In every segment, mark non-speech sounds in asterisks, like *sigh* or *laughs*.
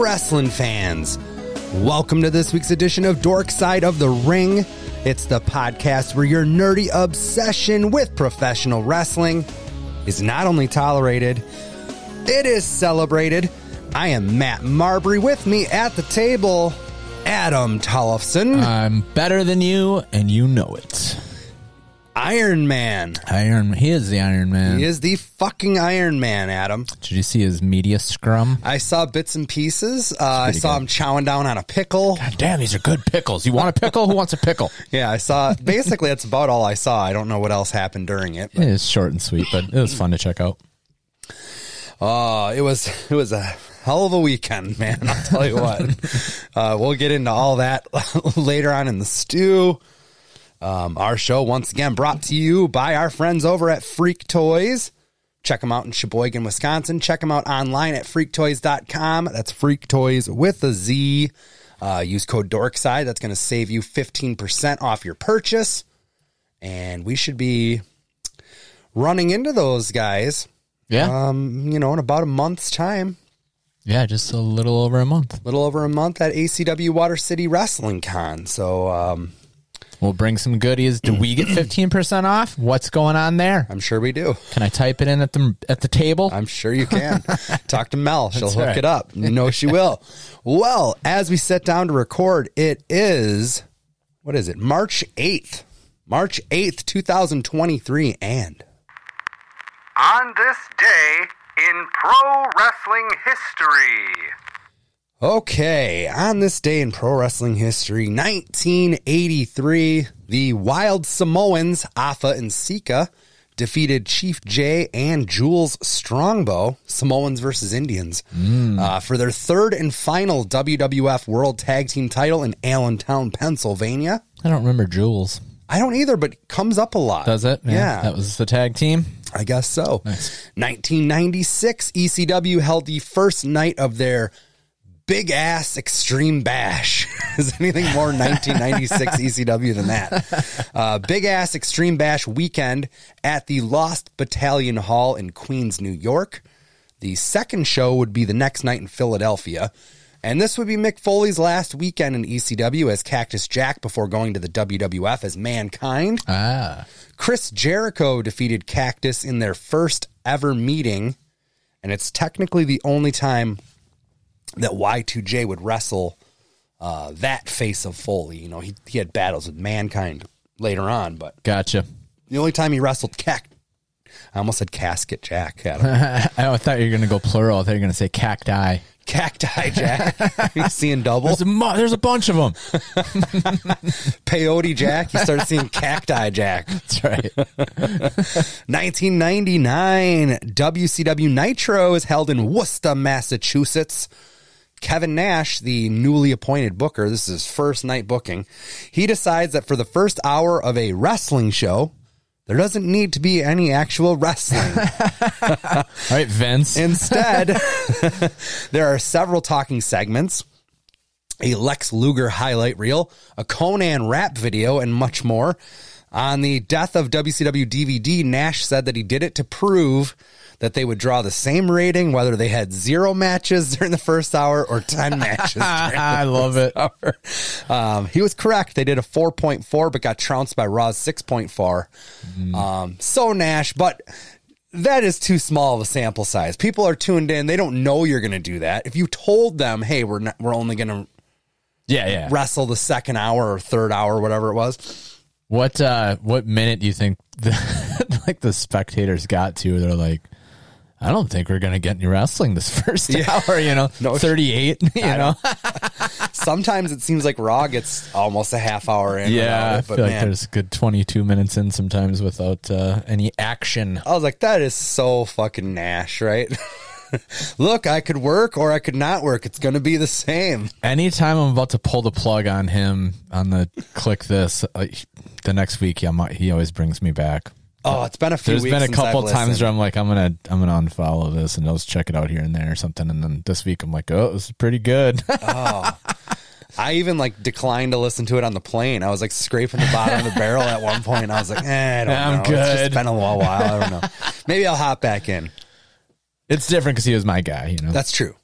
wrestling fans. Welcome to this week's edition of Dork Side of the Ring. It's the podcast where your nerdy obsession with professional wrestling is not only tolerated, it is celebrated. I am Matt Marbury. With me at the table, Adam Tollefson, I'm better than you, and you know it. Iron Man. Iron, he is the Iron Man. He is the fucking Iron Man, Adam. Did you see his media scrum? I saw bits and pieces. Uh, I saw him chowing down on a pickle. Damn, these are good pickles. You want a pickle? Who wants a *laughs* pickle? Yeah, I saw. Basically, that's about all I saw. I don't know what else happened during it. It is short and sweet, but it was fun to check out. Uh, it was *laughs* it was a hell of a weekend, man. I'll tell you what. uh, we'll get into all that *laughs* later on in the stew. Um, our show once again brought to you by our friends over at Freak Toys. Check them out in Sheboygan, Wisconsin. Check them out online at freaktoys.com. That's Freak Toys with a Z. Uh, use code DORKSIDE. That's going to save you 15% off your purchase. And we should be running into those guys Yeah, um, you know, in about a month's time, Uh, yeah, just a little over a month. little over a month at ACW Water City Wrestling Con. So um, We'll bring some goodies. Do we get fifteen percent off? What's going on there? I'm sure we do. Can I type it in at the at the table? I'm sure you can. Talk to Mel. She'll hook right. it up. You know she will. Well, as we sit down to record, it is, what is it? March 8th. March 8th, 2023. And On this day in pro wrestling history. Okay, on this day in pro wrestling history, 1983, the Wild Samoans, Afa and Sika, defeated Chief Jay and Jules Strongbow, Samoans versus Indians, Mm. uh, for their third and final WWF World Tag Team title in Allentown, Pennsylvania. I don't remember Jules. I don't either, but it comes up a lot. Does it? Yeah. that was the tag team. I guess so. 1996, ECW held the first night of their big ass extreme bash. *laughs* Is anything more 1996 ECW than that? Uh, big ass extreme bash weekend at the Lost Battalion Hall in Queens, New York. The second show would be the next night in Philadelphia. And this would be Mick Foley's last weekend in ECW as Cactus Jack before going to the WWF as Mankind. Ah, Chris Jericho defeated Cactus in their first ever meeting, and it's technically the only time that Y2J would wrestle uh, that face of Foley. You know, he, he had battles with Mankind later on, but gotcha. *laughs* the only time he wrestled Cact, I almost said Casket Jack, Adam. Oh, I thought you were gonna go plural. I thought you were gonna say cacti. Cacti Jack. *laughs* He's seeing double. There's a mu- there's a bunch of them. Peyote Jack. He started seeing Cacti Jack. *laughs* That's right. 1999, WCW Nitro is held in Worcester, Massachusetts. Kevin Nash, the newly appointed booker, this is his first night booking. He decides that for the first hour of a wrestling show, there doesn't need to be any actual wrestling. All right, *laughs* Vince. Instead, there are several talking segments, a Lex Luger highlight reel, a Conan rap video, and much more. On the death of WCW DVD, Nash said that he did it to prove that they would draw the same rating whether they had zero matches *laughs* during the first hour or 10 *laughs* matches. during the I love it. hour. Um, he was correct. They did a 4.4, but got trounced by Raw's 6.4. Mm-hmm. Um, so Nash, but that is too small of a sample size. People are tuned in. They don't know you're going to do that. If you told them, hey, we're not, we're only going to Yeah, yeah. wrestle the second hour or third hour, whatever it was, What uh what minute do you think the, *laughs* like the spectators got to? They're like, I don't think we're gonna get any wrestling this first hour. You know, No. thirty eight. *laughs* You know, sometimes it seems like Raw gets almost a half hour in. without yeah. I it, feel but like man, there's a good twenty two minutes in sometimes without uh, any action. I was like, that is so fucking Nash, right? *laughs* Look, I could work or I could not work. It's going to be the same. Anytime I'm about to pull the plug on him on the click this, uh, the next week yeah, my, he always brings me back. Oh, it's been a few. There's weeks been a since I've couple times listened. where I'm like, I'm gonna, I'm gonna unfollow this and I'll just check it out here and there or something. And then this week I'm like, oh, this is pretty good. *laughs* I even like declined to listen to it on the plane. I was like scraping the bottom of the barrel at one point. I was like, eh, I don't I'm know. It's good. just been a while. I don't know. Maybe I'll hop back in. It's different because he was my guy, you know. That's true.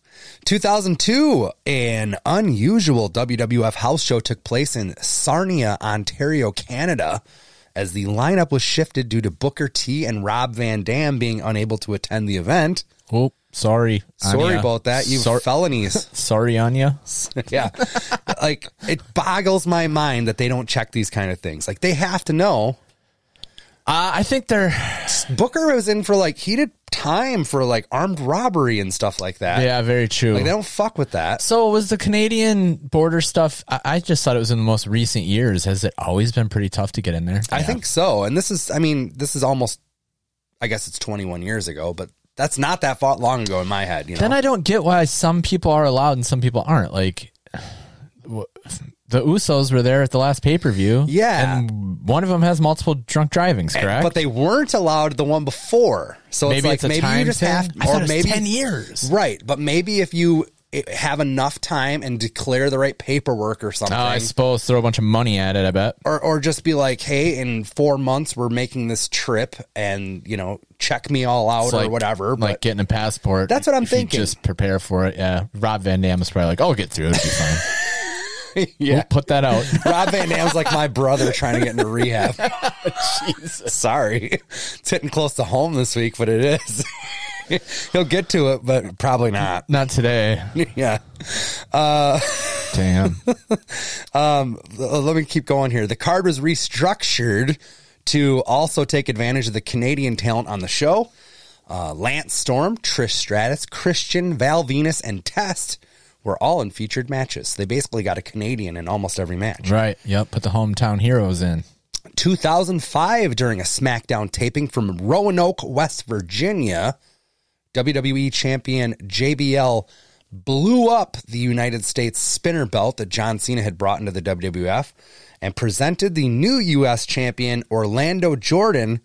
2002, an unusual WWF house show took place in Sarnia, Ontario, Canada, as the lineup was shifted due to Booker T and Rob Van Dam being unable to attend the event. Oh, sorry. Sorry Anya. about that. You Sor- felonies. sorry, Anya. *laughs* yeah. like it boggles my mind that they don't check these kind of things. Like they have to know. Uh, I think they're. Booker was in for like heated time for like armed robbery and stuff like that. Yeah, very true. Like they don't fuck with that. so was the Canadian border stuff. I, I just thought it was in the most recent years. Has it always been pretty tough to get in there? I think so. And this is I mean, this is almost I guess it's 21 years ago, but that's not that far long ago in my head, you know. Then I don't get why some people are allowed and some people aren't. Like wh- the Usos were there at the last pay per view. Yeah. and one of them has multiple drunk drivings, correct? but they weren't allowed the one before. So maybe it's like it's a maybe time you just thing. have I thought or it was maybe ten years. Right, but maybe if you eh, have enough time and declare the right paperwork or something, Oh, I suppose throw a bunch of money at it. I bet. or or just be like, hey, in four months we're making this trip, and you know, check me all out It's or like- whatever. But Like *laughs* getting a passport. That's what I'm If you thinking. Just prepare for it. Yeah. Rob Van Dam is probably like, I'll get through it. It'll be fine. *laughs* yeah, We'll put that out. Rob Van Dam's like my brother trying to get into *laughs* rehab. Sorry, it's hitting close to home this week, but it is. *laughs* He'll get to it, but probably not. *laughs* Not today. Yeah. Damn. *laughs* Uh, let me keep going here. The card was restructured to also take advantage of the Canadian talent on the show. Uh, Lance Storm, Trish Stratus, Christian, Val Venus, and Test were all in featured matches. They basically got a Canadian in almost every match. right. Yep. Put the hometown heroes in. 2005, during a SmackDown taping from Roanoke, West Virginia, WWE champion JBL blew up the United States spinner belt that John Cena had brought into the WWF and presented the new U.S. champion Orlando Jordan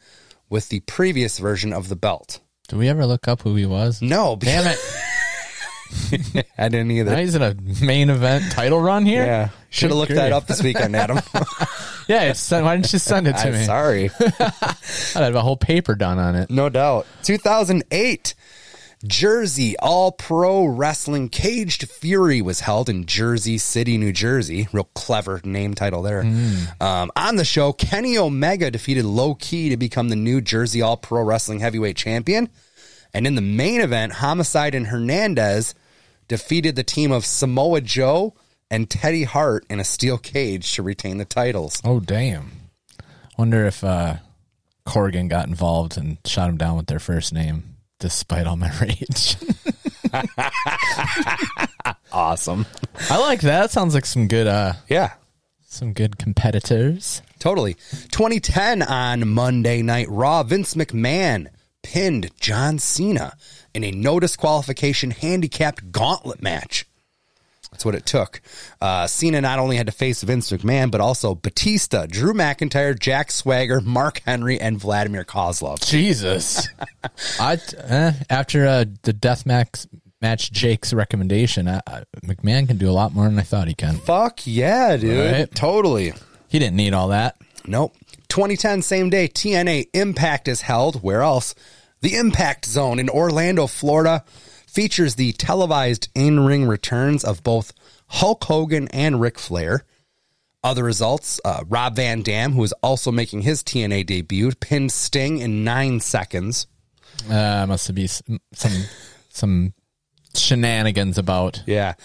with the previous version of the belt. Do we ever look up who he was? No, *laughs* Damn it. I didn't either. Now he's in a main event title run here. Yeah, should have looked that up this weekend, *laughs* Adam. Yeah. it's- why didn't you send *laughs* it to I'm me? sorry. I'd have a whole paper done on it. No doubt. 2008, Jersey All Pro Wrestling Caged Fury was held in Jersey City, New Jersey. Real clever name title there. Um, on the show, Kenny Omega defeated Low Key to become the new Jersey All Pro Wrestling Heavyweight Champion. And in the main event, Homicide and Hernandez defeated the team of Samoa Joe and Teddy Hart in a steel cage to retain the titles. Oh, damn. Wonder if uh, Corgan got involved and shot him down with their first name, despite all my *laughs* rage. Awesome. I like that. That sounds like some good uh Yeah. some good competitors. Totally. 2010 on Monday Night Raw, Vince McMahon pinned John Cena in a no disqualification handicapped gauntlet match. That's what it took. Uh, Cena not only had to face Vince McMahon, but also Batista, Drew McIntyre, Jack Swagger, Mark Henry, and Vladimir Kozlov. Jesus. *laughs* I eh, after uh, the death match match Jake's recommendation, I, I, McMahon can do a lot more than I thought he can. Fuck yeah, dude. Right. Totally. He didn't need all that. Nope. 2010, same day, TNA Impact is held. Where else? The Impact Zone in Orlando, Florida, features the televised in ring returns of both Hulk Hogan and Ric Flair. Other results uh, Rob Van Dam, who is also making his TNA debut, pinned Sting in nine seconds. Uh, must be s- some some shenanigans about. Yeah.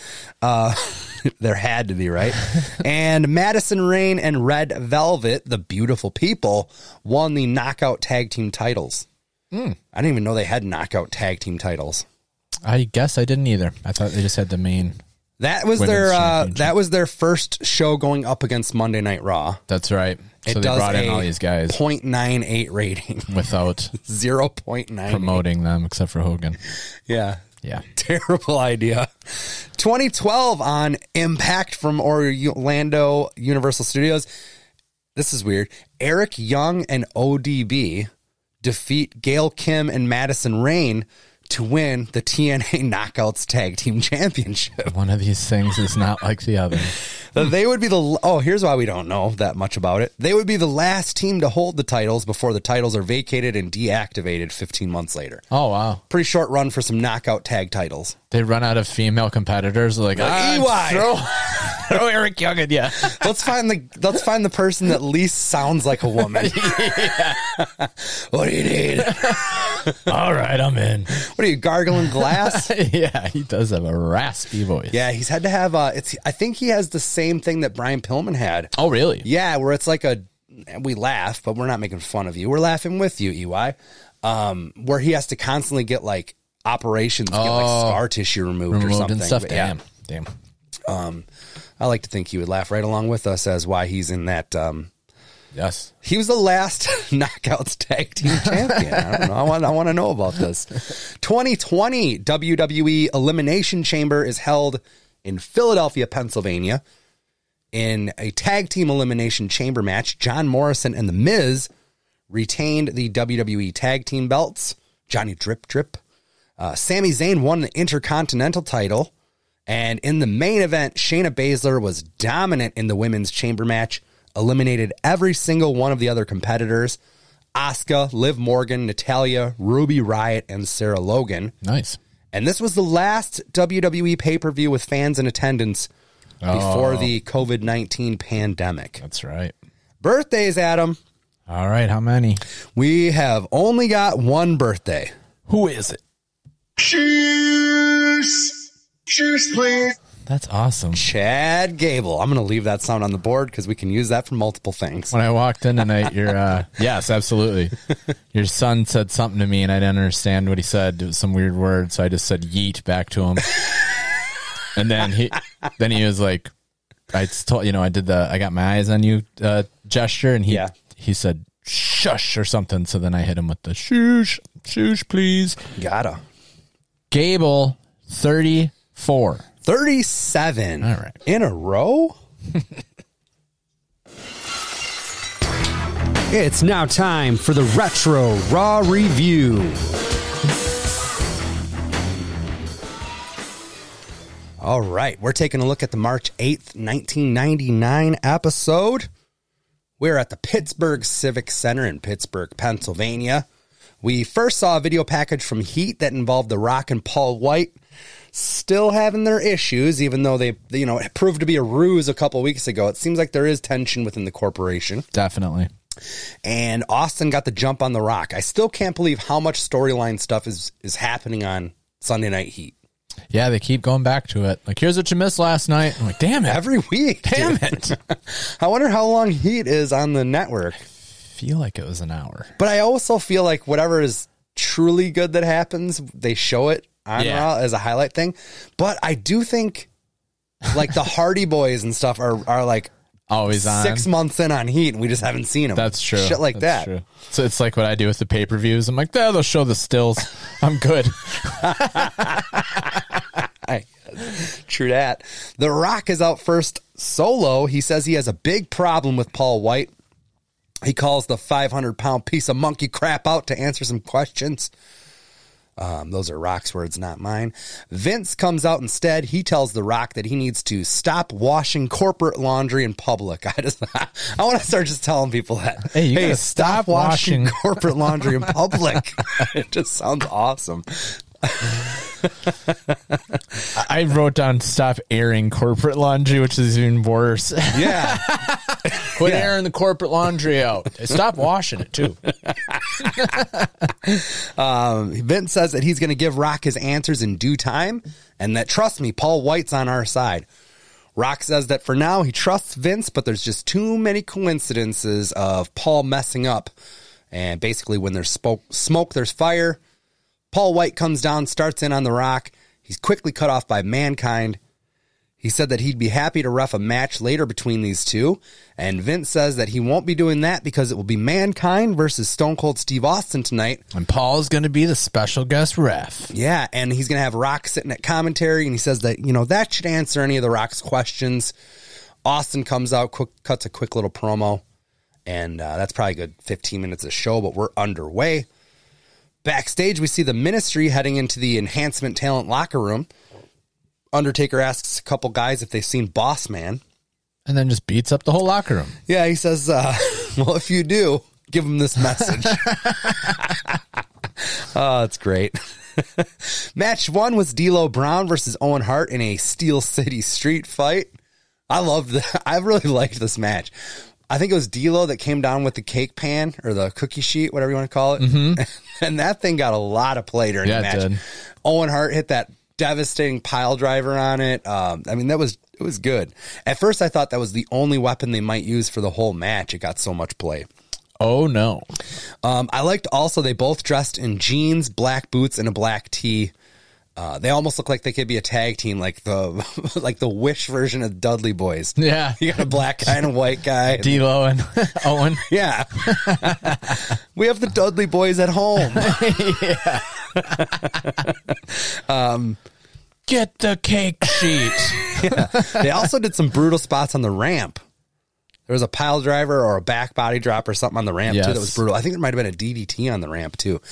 Uh, *laughs* there had to be, *laughs* right? and Madison Rain and Red Velvet, the beautiful people, won the knockout tag team titles. Hmm. I didn't even know they had knockout tag team titles. I guess I didn't either. I thought they just had the main. That was Women's their uh, championship. that was their first show going up against Monday Night Raw. That's right. It So they does brought in a all these guys 0.98 rating, *laughs* without 0.9. promoting them, except for Hogan. Yeah. Yeah. *laughs* Terrible idea. 2012 on Impact from Orlando Universal Studios. This is weird. Eric Young and ODB defeat Gail Kim and Madison Rain to win the TNA *laughs* Knockouts Tag Team Championship. One of these things is not like the other. That they would be the oh here's why we don't know that much about it they would be the last team to hold the titles before the titles are vacated and deactivated 15 months later Oh wow, pretty short run for some knockout tag titles they run out of female competitors. Like, ah, EY. *laughs* throw, throw Eric Young at you. let's find the let's find the person that least sounds like a *laughs* woman what do you need what All right, I'm in. are you gargling glass *laughs* yeah, he does have a raspy voice. yeah he's had to have uh it's i think he has the same thing that brian pillman had Oh really? Yeah, where it's like a we laugh, but we're not making fun of you. We're laughing with you, EY. Um, where he has to constantly get like operations, get like Oh. scar tissue removed, or Removed something. and stuff. But yeah, Damn. Damn. I like to think he would laugh right along with us as why he's in that. Um, Yes. he was the last *laughs* knockouts tag team champion. I don't know. I want. I want to know about this. 2020 WWE E Elimination Chamber is held in Philadelphia, Pennsylvania. In a tag team elimination chamber match, John Morrison and The Miz retained the WWE tag team belts. Johnny Drip Drip. Uh, Sami Zayn won the Intercontinental title. And in the main event, Shayna Baszler was dominant in the women's chamber match, eliminated every single one of the other competitors Asuka, Liv Morgan, Natalia, Ruby Riot, and Sarah Logan. Nice. And this was the last WWE pay per view with fans in attendance before the COVID 19 pandemic. That's right. Birthdays, Adam. All right. How many? We have only got one birthday. Who is it? Cheers! Cheers, please! That's awesome. Chad Gable. I'm going to leave that sound on the board because we can use that for multiple things. When I walked in tonight, your *laughs* uh, yes, absolutely. Your son said something to me, and I didn't understand what he said. It was some weird word, so I just said "yeet" back to *laughs* him. and then he, then he was like, "I just told you know I did the I got my eyes on you uh, gesture," and he Yeah. he said "shush" or something. So then I hit him with the "shush, shush, please." Gotta. Gable, thirty-four. 37 All right. in a row? *laughs* It's now time for the Retro Raw Review. All right. We're taking a look at the March 8th, 1999 episode. We're at the Pittsburgh Civic Center in Pittsburgh, Pennsylvania. We first saw a video package from Heat that involved The Rock and Paul White still having their issues, even though they, you know, it proved to be a ruse a couple weeks ago. It seems like there is tension within the corporation. Definitely. and Austin got the jump on the rock. I still can't believe how much storyline stuff is is happening on Sunday Night Heat Yeah, they keep going back to it. Like, here's what you missed last night. I'm like, damn *laughs* it. every week. damn dude. it. I wonder how long Heat is on the network. feel like it was an hour. But I also feel like whatever is truly good that happens, they show it on Yeah. Raw as a highlight thing. But I do think like the Hardy Boys and stuff are are like Always Oh, on. six months in on Heat, and we just haven't seen them. That's true. Shit like That's that. true. So it's like what I do with the pay per views. I'm like, oh, they'll show the stills. I'm *laughs* good. True that. The Rock is out first solo. He says he has a big problem with Paul White. He calls the 500 pound piece of monkey crap out to answer some questions. Um, those are Rock's words, not mine. Vince comes out instead. He tells The Rock that he needs to stop washing corporate laundry in public. *laughs* I just, I want to start just telling people that. Hey, you gotta stop washing- corporate laundry *laughs* in public. *laughs* it just sounds awesome. I- I wrote down stop airing corporate laundry, which is even worse. *laughs* Yeah. Quit airing the corporate laundry out. Stop washing it too. Um, Vince says that he's going to give Rock his answers in due time and that, trust me, Paul White's on our side. Rock says that for now he trusts Vince, but there's just too many coincidences of Paul messing up. And basically, when there's spoke, smoke, there's fire. Paul White comes down, starts in on The Rock. He's quickly cut off by Mankind. He said that he'd be happy to ref a match later between these two. And Vince says that he won't be doing that because it will be Mankind versus Stone Cold Steve Austin tonight. And Paul's going to be the special guest ref. Yeah, and he's going to have Rock sitting at commentary, and he says that, you know, that should answer any of the Rock's questions. Austin comes out, quick, cuts a quick little promo, and uh, that's probably a good 15 minutes of show, but we're underway. Backstage, we see the ministry heading into the enhancement talent locker room. Undertaker asks a couple guys if they've seen Boss Man. and then just beats up the whole locker room. Yeah, he says, uh, *laughs* well, if you do, give him this message. oh, it's great. *laughs* Match one was D'Lo Brown versus Owen Hart in a Steel City street fight. I love that. *laughs* I really liked this match. I think it was D'Lo that came down with the cake pan or the cookie sheet, whatever you want to call it. *laughs* And that thing got a lot of play during Mm-hmm. Yeah, the it match. did. Owen Hart hit that devastating pile driver on it. Um, I mean, that was it was good. At first, I thought that was the only weapon they might use for the whole match. It got so much play. Oh no. *laughs* Um, I liked also they both dressed in jeans, black boots, and a black tee. Uh, they almost look like they could be a tag team, like the *laughs* like the Wish version of Dudley Boys. Yeah. You got a black guy and a white guy. D'Lo and *laughs* Owen. yeah, we have the Dudley Boys at home. Get the cake sheet. they also did some brutal spots on the ramp. There was a pile driver or a back body drop or something on the ramp too that Yes. was brutal. I think there might have been a DDT on the ramp too.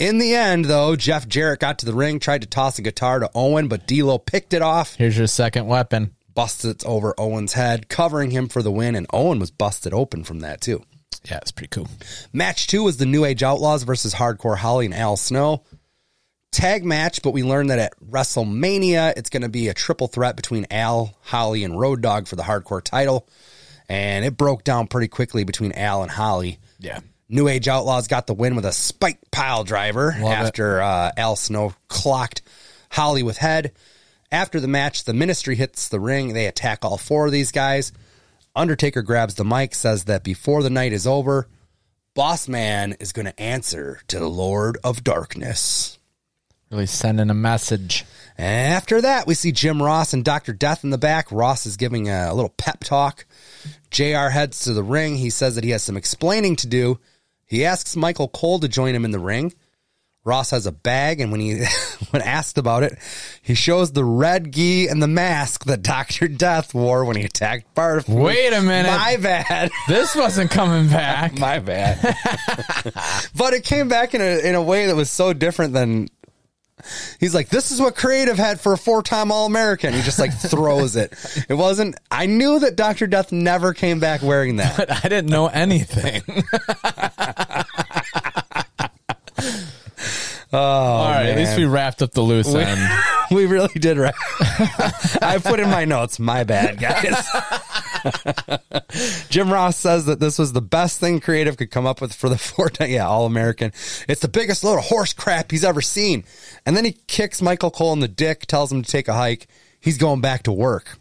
In the end, though, Jeff Jarrett got to the ring, tried to toss a guitar to Owen, but D'Lo picked it off, Here's your second weapon. busted it over Owen's head, covering him for the win, and Owen was busted open from that too. Yeah, it's pretty cool. Match two was the New Age Outlaws versus Hardcore Holly and Al Snow. Tag match, but we learned that at WrestleMania, it's going to be a triple threat between Al, Holly, and Road Dog for the Hardcore title. And it broke down pretty quickly between Al and Holly. Yeah. New Age Outlaws got the win with a spike pile driver it. after uh, Al Snow clocked Holly with head. After the match, the ministry hits the ring. They attack all four of these guys. Undertaker grabs the mic, says that before the night is over, Boss Man is going to answer to the Lord of Darkness. Really sending a message. After that, we see Jim Ross and Dr. Death in the back. Ross is giving a little pep talk. JR heads to the ring. He says that he has some explaining to do. He asks Michael Cole to join him in the ring. Ross has a bag, and when he *laughs* when asked about it, he shows the red gi and the mask that Doctor Death wore when he attacked Barf. Wait a minute. My bad, *laughs* This wasn't coming back. my bad. *laughs* but it came back in a in a way that was so different than. He's like, this is what creative had for a four time All American. He just like throws it. It wasn't. I knew that Doctor Death never came back wearing that. I didn't know *laughs* anything. All right, at least man. Oh, we wrapped up the loose end. *laughs* we really did right. I put in my notes, my bad, guys. *laughs* Jim Ross says that this was the best thing creative could come up with for the *laughs* four time. Yeah, All American. It's the biggest load of horse crap he's ever seen. And then he kicks Michael Cole in the dick, tells him to take a hike. He's going back to work.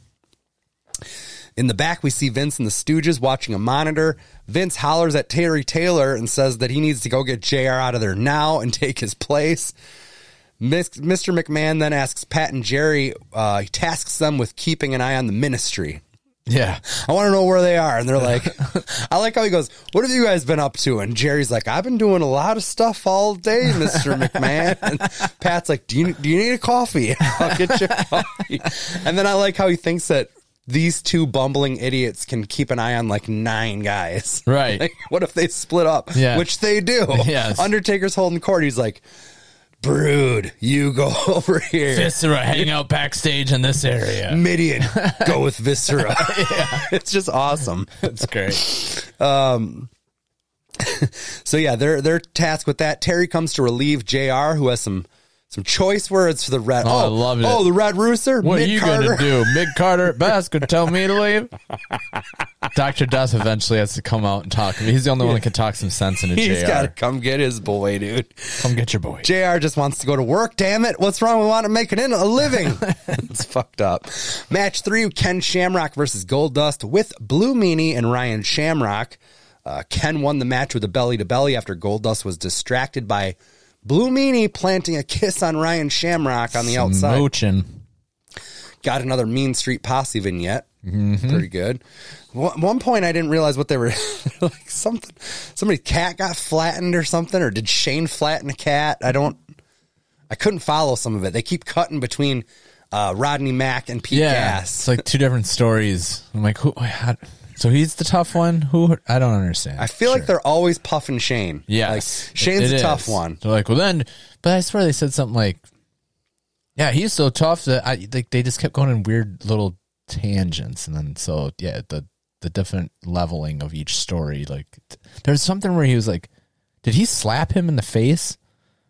In the back, we see Vince and the Stooges watching a monitor. Vince hollers at Terry Taylor and says that he needs to go get JR out of there now and take his place. Mis- Mr. McMahon then asks Pat and Jerry, uh, he tasks them with keeping an eye on the ministry. *laughs* Yeah. I want to know where they are. And they're like, I like how he goes, What have you guys been up to? And Jerry's like, I've been doing a lot of stuff all day, *laughs* Mr. McMahon. And Pat's like, do you, do you need a coffee? *laughs* I'll get you a coffee. And then I like how he thinks that these two bumbling idiots can keep an eye on like nine guys. *laughs* Right. Like, what if they split up? Yeah. Which they do. Yes. Undertaker's holding court. He's like, Brood, you go *laughs* over here. Viscera hang out backstage in this area. Midian, go with *laughs* Viscera. *laughs* It's just awesome. That's great. So yeah, they're they're tasked with that. Terry comes to relieve JR, who has some some choice words for the red. Oh, I love it. Oh, the red rooster. What Mick are you Carter. gonna do? Mick Carter at best could tell me to *laughs* leave. Dr. Death eventually has to come out and talk. He's the only one that can talk some sense *laughs* into He's JR. got to come get his boy, dude. Come get your boy. JR just wants to go to work. Damn it. What's wrong? We want to make it in a *laughs* living. it's fucked up. Match three Ken Shamrock versus Goldust with Blue Meanie and Ryan Shamrock. Uh, Ken won the match with a belly to belly after Goldust was distracted by Blue Meanie planting a kiss on Ryan Shamrock on the outside. Moochin. Got another Mean Street Posse vignette. Mm-hmm. Pretty good. One, one point, I didn't realize what they were *laughs* like. Something, somebody's cat got flattened or something, or did Shane flatten a cat? I don't. I couldn't follow some of it. They keep cutting between uh, Rodney Mack and Pete Yeah. Gas. It's like two different stories. I'm like, who, how, So he's the tough one. Who I don't understand. I feel like they're always puffing Shane. Yes. Like, Shane's It a is. tough one. They're like, well, then, but I swear they said something like, yeah, he's so tough that I like they just kept going in weird little tangents, and then so yeah, the the different leveling of each story. Like, t- there's something where he was like, did he slap him in the face?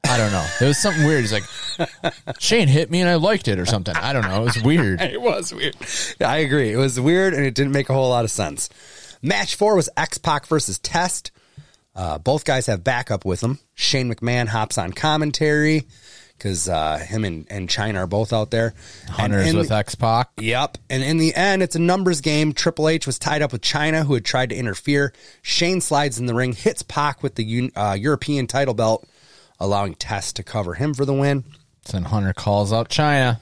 I don't know. It was something weird. He's like, *laughs* Shane hit me and I liked it or something. I don't know. It was weird. *laughs* It was weird. Yeah, I agree. It was weird and it didn't make a whole lot of sense. Match four was X Pac versus Test. Uh, both guys have backup with them. Shane McMahon hops on commentary because uh, him and, and China are both out there. And Hunters in- with X Pac. Yep. And in the end, it's a numbers game. Triple H was tied up with China, who had tried to interfere. Shane slides in the ring, hits Pac with the Un- uh, European title belt, allowing Test to cover him for the win. And Hunter calls out China.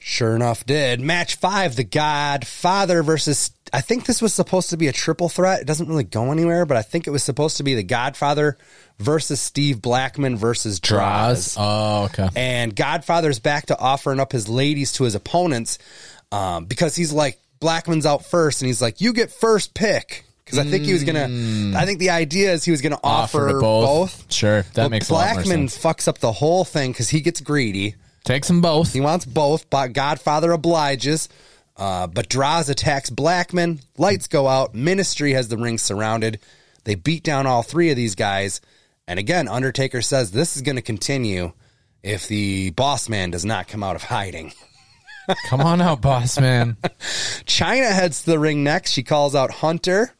Sure enough, did. Match five, The Godfather versus. I think this was supposed to be a triple threat. It doesn't really go anywhere, but I think it was supposed to be The Godfather versus Steve Blackman versus Draws. Draws. Oh, okay. And Godfather's back to offering up his ladies to his opponents um, because he's like, Blackman's out first, and he's like, you get first pick. Because I think he was going to, I think the idea is he was going to offer, Mm. Offer to both. both. Sure. That But makes a lot more Blackman sense. fucks up the whole thing because he gets greedy. Takes them both. He wants both, but Godfather obliges. Uh, but Draz attacks Blackman. Lights go out. Ministry has the ring surrounded. They beat down all three of these guys. And again, Undertaker says this is going to continue if the boss man does not come out of hiding. *laughs* Come on out, boss man. China heads to the ring next. She calls out Hunter.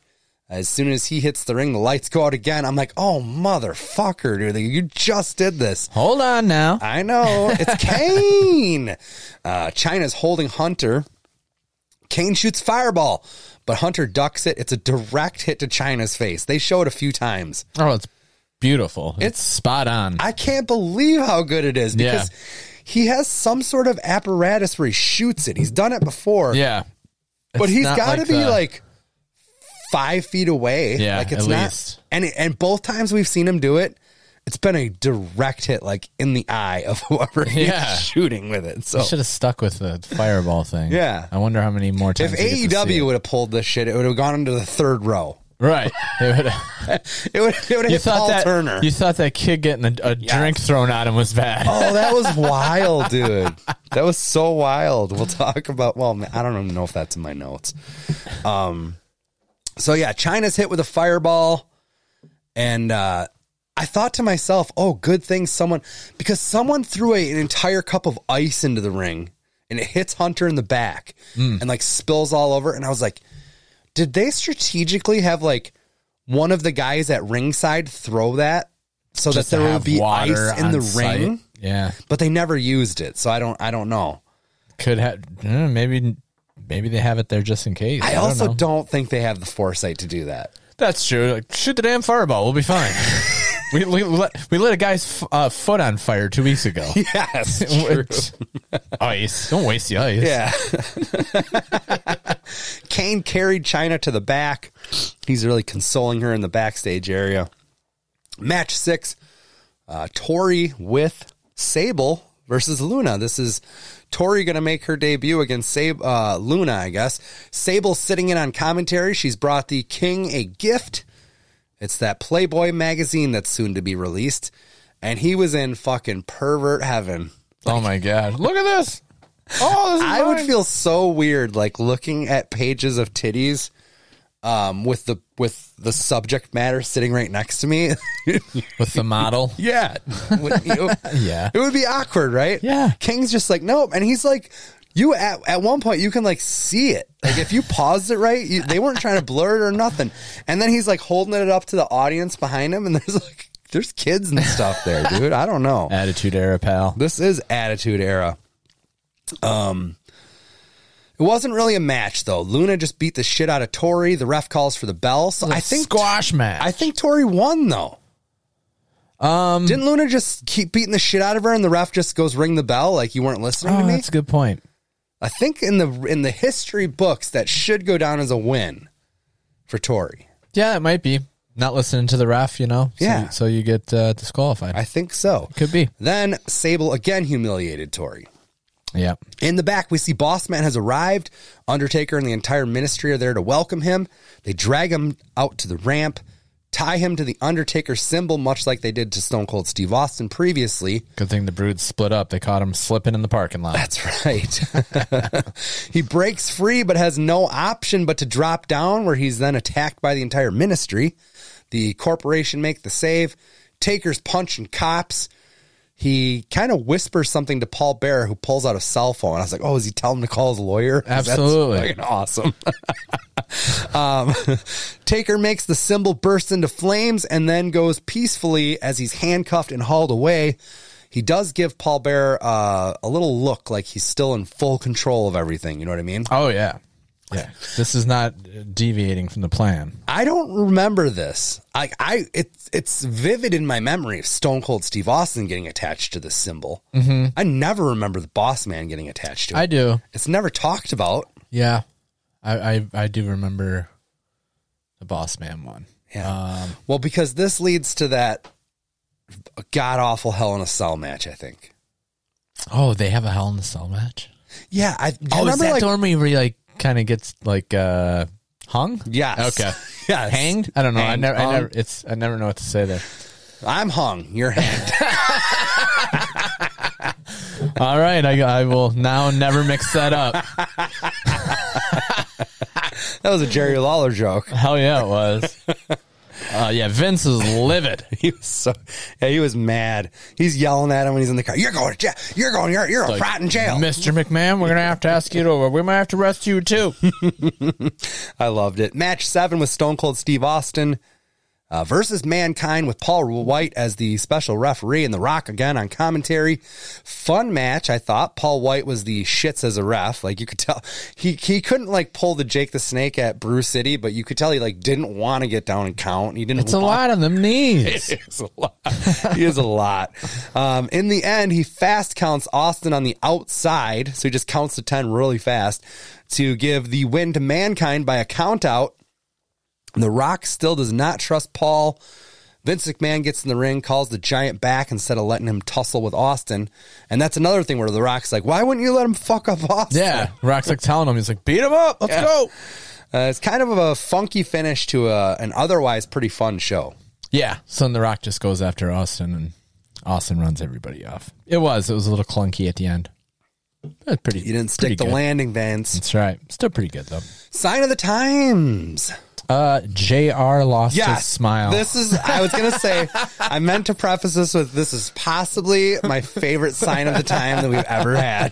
As soon as he hits the ring, the lights go out again. I'm like, oh, motherfucker, dude. You just did this. Hold on now. I know. It's *laughs* Kane. Uh, China's holding Hunter. Kane shoots fireball, but Hunter ducks it. It's a direct hit to China's face. They show it a few times. Oh, it's beautiful. It's, It's- spot on. I can't believe how good it is because he has some sort of apparatus where he shoots it. He's done it before, yeah. but It's he's not got to be the- like five feet away. Yeah, like it's at not. least. And it- and both times we've seen him do it, it's been a direct hit, like in the eye of *laughs* whoever he's Yeah. shooting with it. So I should have stuck with the fireball thing. Yeah. I wonder how many more times. If we get to see AEW it. would have pulled this shit, it would have gone into the third row. Right. It would- *laughs* It would it would have you hit thought Paul that Turner. you thought that kid getting a, a drink thrown at him was bad. oh, that was wild, dude. That was so wild. We'll talk about. Well, man, I don't even know if that's in my notes. Um. So yeah, China's hit with a fireball, and uh, I thought to myself, "Oh, good thing someone because someone threw a, an entire cup of ice into the ring, and it hits Hunter in the back, Hmm. and like spills all over." And I was like, "Did they strategically have like one of the guys at ringside throw that?" So Just that to there would have be water ice in on the site. ring, Yeah. but they never used it, so I don't I don't know. Could have maybe maybe they have it there just in case. I, don't also know. don't, think they have the foresight to do that. *laughs* That's true. Like, shoot the damn fireball. We'll be *laughs* fine. we, we, let, we lit a guy's f- uh, foot on fire two *laughs* weeks ago. Yes. It's- ice. Don't waste the ice. yeah. Kane carried China to the back. He's really consoling her in the backstage area. Match six, uh, Tori with Sable versus Luna. This is Tori going to make her debut against Sab- uh, Luna, I guess. Sable sitting in on commentary. She's brought the king a gift. It's that Playboy magazine that's soon to be released. And he was in fucking pervert heaven. Oh my god. Look at this. Oh, this is I would mine. feel so weird like looking at pages of titties um with the with the subject matter sitting right next to me. *laughs* with the model. yeah. Wouldn't you? *laughs* Yeah. It would be awkward, right? Yeah. King's just like, "Nope." And he's like you at, at one point you can like see it like if you paused it right you, they weren't trying to blur it or nothing and then he's like holding it up to the audience behind him and there's like there's kids and stuff there dude i don't know Attitude era, pal. this is Attitude Era. Um, it wasn't really a match though. Luna just beat the shit out of Tori. The ref calls for the bell, so I think squash match. I think Tori won though. Um, didn't Luna just keep beating the shit out of her, and the ref just goes ring the bell like you weren't listening to Oh, me? that's a good point. I think in the in the history books that should go down as a win for Tori. Yeah, it might be. Not listening to the ref, you know. So, Yeah. So you get uh, disqualified. I think so. Could be. Then Sable again humiliated Tori. Yeah. In the back, we see Boss Man has arrived. Undertaker and the entire ministry are there to welcome him. They drag him out to the ramp, tie him to the Undertaker symbol, much like they did to Stone Cold Steve Austin previously. Good thing the brood split up. They caught him slipping in the parking lot. That's right. *laughs* he breaks free, but has no option but to drop down, where he's then attacked by the entire ministry. The corporation make the save. Taker's punching cops. He kind of whispers something to Paul Bearer, who pulls out a cell phone. I was like, "Oh, is he telling him to call his lawyer?" *laughs* 'Cause that's Absolutely. fucking awesome. *laughs* um, Taker makes the symbol burst into flames and then goes peacefully as he's handcuffed and hauled away. He does give Paul Bear uh, a little look like he's still in full control of everything. You know what I mean? Oh yeah. Yeah. This is not deviating from the plan. I don't remember this. I, I, it's it's vivid in my memory of Stone Cold Steve Austin getting attached to this symbol. Mm-hmm. I never remember the Boss Man getting attached to it. I do. it's never talked about. Yeah. I I, I do remember the boss man one. Yeah. well, because this leads to that god awful Hell in a Cell match. I think. Oh, they have a Hell in a Cell match. Yeah, I do you Oh, is remember that like the one where he like kind of gets like uh hung? Yes. Okay. *laughs* Yes. Hanged? I don't know. Hanged, I never I hung. never it's I never know what to say there. I'm hung. You're hanged. All right, I, I will now never mix that *laughs* up. that was a Jerry Lawler joke. Hell yeah, it was. Uh, yeah, Vince is *laughs* livid. *laughs* He was so yeah, he was mad. He's yelling at him when he's in the car. You're going to jail. You're going. You're you're a rat in jail. Mr. McMahon, we're gonna have to ask you to. We might have to arrest you too. I loved it. Match seven with Stone Cold Steve Austin uh, versus Mankind with Paul White as the special referee and The Rock again on commentary. Fun match, I thought. Paul White was the shits as a ref. Like you could tell, *laughs* he he couldn't like pull the Jake the Snake at Brew City, but you could tell he like didn't want to get down and count. He didn't. It's a want- lot on them *laughs* knees. is a lot. he is a lot. Um, in the end, he fast counts Austin on the outside, so he just counts to ten really fast to give the win to mankind by a count out. The Rock still does not trust Paul. Vince McMahon gets in the ring, calls the giant back instead of letting him tussle with Austin. And that's another thing where The Rock's like, why wouldn't you let him fuck up Austin? Yeah, Rock's like telling him, he's like, beat him up. Let's go. Uh, it's kind of a funky finish to a, an otherwise pretty fun show. Yeah. So then the Rock just goes after Austin, and Austin runs everybody off. It was. It was a little clunky at the end. That's pretty. You didn't pretty stick the good. landing, Vince. That's right. Still pretty good though. Sign of the times. Uh, Jr. lost his smile. This is I was gonna say I meant to preface this with this is possibly my favorite sign of the time that we've ever had.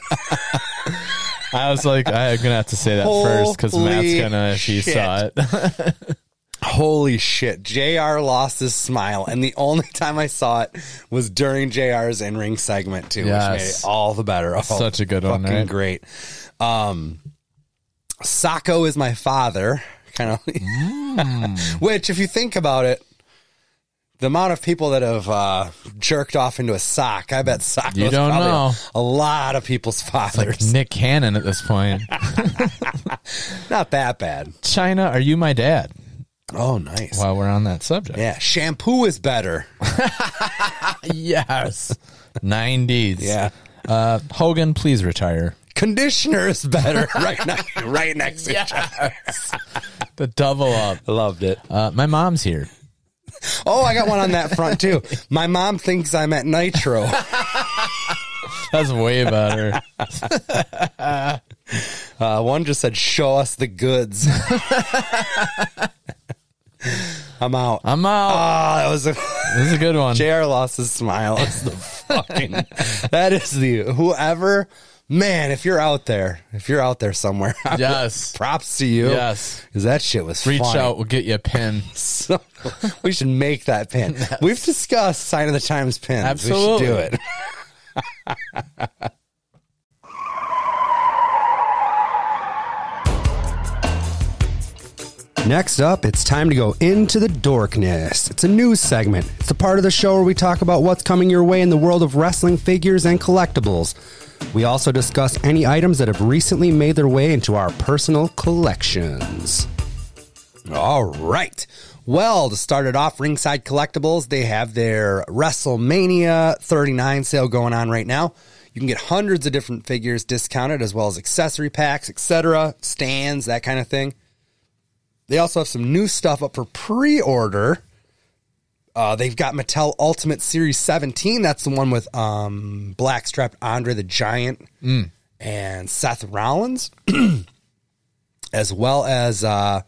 I was like, I'm gonna have to say that first because Matt's Holy gonna if he shit. saw it. *laughs* Holy shit. JR lost his smile, and the only time I saw it was during JR's in ring segment too, which made it Yes. all the better. Oh, Such a good one, fucking right? great. Um Sacco is my father. Kind *laughs* of Mm. which if you think about it. The amount of people that have uh, jerked off into a sock, I bet Sacco's You don't probably know. a lot of people's fathers. Nick Cannon at this point. Not that bad. *laughs* China, are you my dad? Oh, nice. While we're on that subject, Yeah, shampoo is better. yes, nineties. Uh, Hogan, please retire. conditioner is *laughs* better right now, right next to each other. The double up. Loved it. Uh, my mom's here. Oh, I got one on that front too. My mom thinks I'm at *laughs* Nitro. That's way better. Uh, one just said, "Show us the *laughs* goods." I'm out. I'm out. Ah, that was a *laughs* this is a good one. Jr. lost his smile. It's the *laughs* fucking. That is the whoever. Man, if you're out there, if you're out there somewhere, *laughs* yes. props to you. Yes. because that shit was Reach funny. out. We'll get you a pin. So we should make that pin. We've discussed sign of the times pins. We should do Absolutely. it. *laughs* Next up, it's time to go into the dorkness. It's a news segment. It's the part of the show where we talk about what's coming your way in the world of wrestling figures and collectibles. We also discuss any items that have recently made their way into our personal collections. All right. Well, to start it off, Ringside Collectibles, they have their WrestleMania 39 sale going on right now. You can get hundreds of different figures discounted, as well as accessory packs, etc., stands, that kind of thing. They also have some new stuff up for pre order. Uh, they've got Mattel Ultimate Series 17. That's the one with um, black strapped Andre the Giant and Seth Rollins, *clears throat* as well as uh,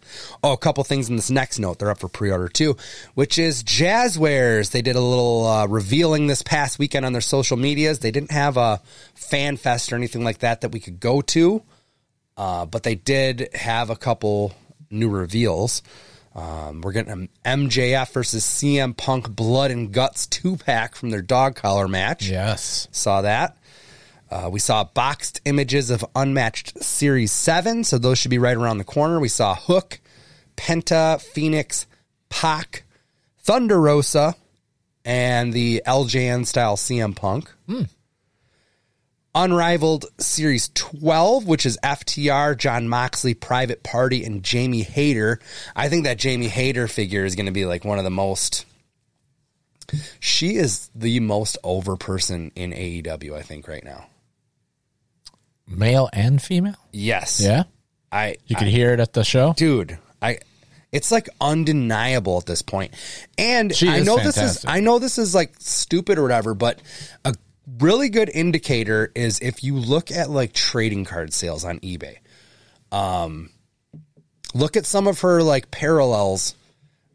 oh, a couple things in this next note. They're up for pre-order too, which is Jazzwares. They did a little uh, revealing this past weekend on their social medias. They didn't have a fan fest or anything like that that we could go to, uh, but they did have a couple new reveals. Um, we're getting an MJF versus CM Punk Blood and Guts two pack from their dog collar match. Yes. Saw that. Uh, we saw boxed images of Unmatched Series 7, so those should be right around the corner. We saw Hook, Penta, Phoenix, Pac, Thunder Rosa, and the LJN style CM Punk. Unrivaled Series 12, which is FTR, John Moxley, Private Party, and Jamie Hayter. I think that Jamie Hayter figure is going to be like one of the most. She is the most over person in AEW, I think, right now. Male and female? Yes. Yeah. I, You could hear it at the show. dude, I, it's like undeniable at this point. And She I is know this is, fantastic. I know this is like stupid or whatever, but a really good indicator is if you look at like trading card sales on eBay, um, look at some of her like parallels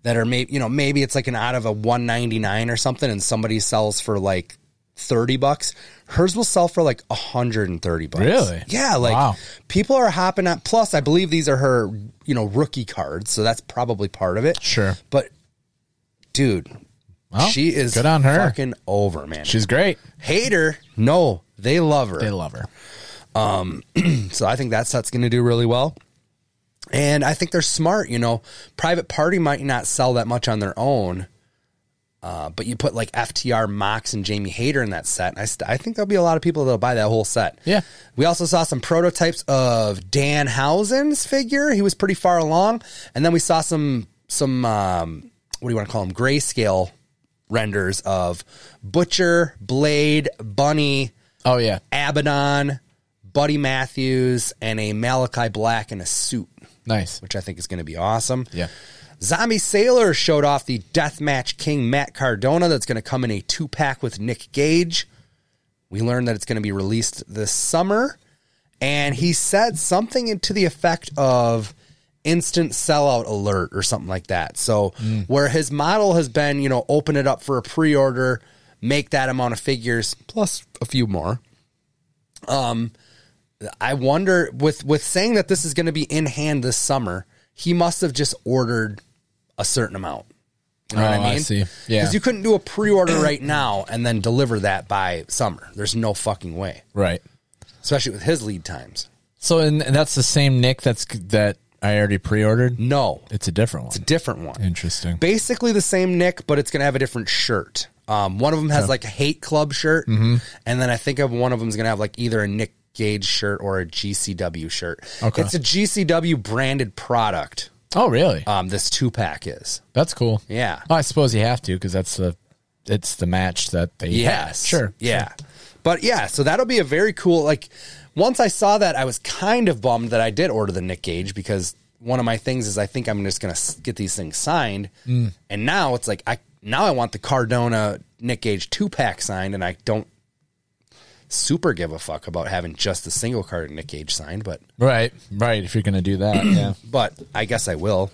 that are maybe, you know, maybe it's like an out of a 199 or something and somebody sells for like, 30 bucks hers will sell for like 130 bucks Really? yeah like Wow. people are hopping on. Plus, I believe these are her, you know, rookie cards, so that's probably part of it. Sure. But, dude, Well, she is good on her. Fucking over, man. She's great. Hate her? No, they love her. They love her. So I think that set's going to do really well. And I think they're smart. You know, private party might not sell that much on their own. Uh, but you put like FTR, Mox, and Jamie Hayter in that set. And I, st- I think there'll be a lot of people that'll buy that whole set. Yeah. We also saw some prototypes of Dan Housen's figure. He was pretty far along. And then we saw some, some um, what do you want to call them? Grayscale renders of Butcher, Blade, Bunny, Oh yeah. Abaddon, Buddy Matthews, and a Malachi Black in a suit, Nice. which I think is going to be awesome. Yeah. Zombie Sailor showed off the Deathmatch King Matt Cardona that's going to come in a two pack with Nick Gage. We learned that it's going to be released this summer. And he said something to the effect of instant sellout alert or something like that. So, where his model has been, you know, open it up for a pre order, make that amount of figures, plus a few more. I wonder with with saying that this is going to be in hand this summer, he must have just ordered a certain amount. You know what Oh, I I mean? see. Yeah. Because you couldn't do a pre-order right now and then deliver that by summer. There's no fucking way, Right. especially with his lead times. So and that's the same Nick that's that I already pre-ordered. No, It's a different one. different one. Interesting. Basically the same Nick, but it's going to have a different shirt. Um, one of them has like a hate club shirt, Mm-hmm. and then I think of one of them is going to have like either a Nick Gage shirt or a GCW shirt. Okay. It's a GCW branded product. Oh really? um, this two pack is. That's cool. Yeah. Oh, I suppose you have to because that's the it's the match that they Yes. had. Sure. Yeah. But yeah, so that'll be a very cool. Like, once I saw that, I was kind of bummed that I did order the Nick Gage because one of my things is I think I'm just going to get these things signed. And now it's like, I now I want the Cardona Nick Gage two pack signed, and I don't super give a fuck about having just the single card Nick Gage signed, but. Right. Right. If you're gonna do that. yeah. but I guess I will.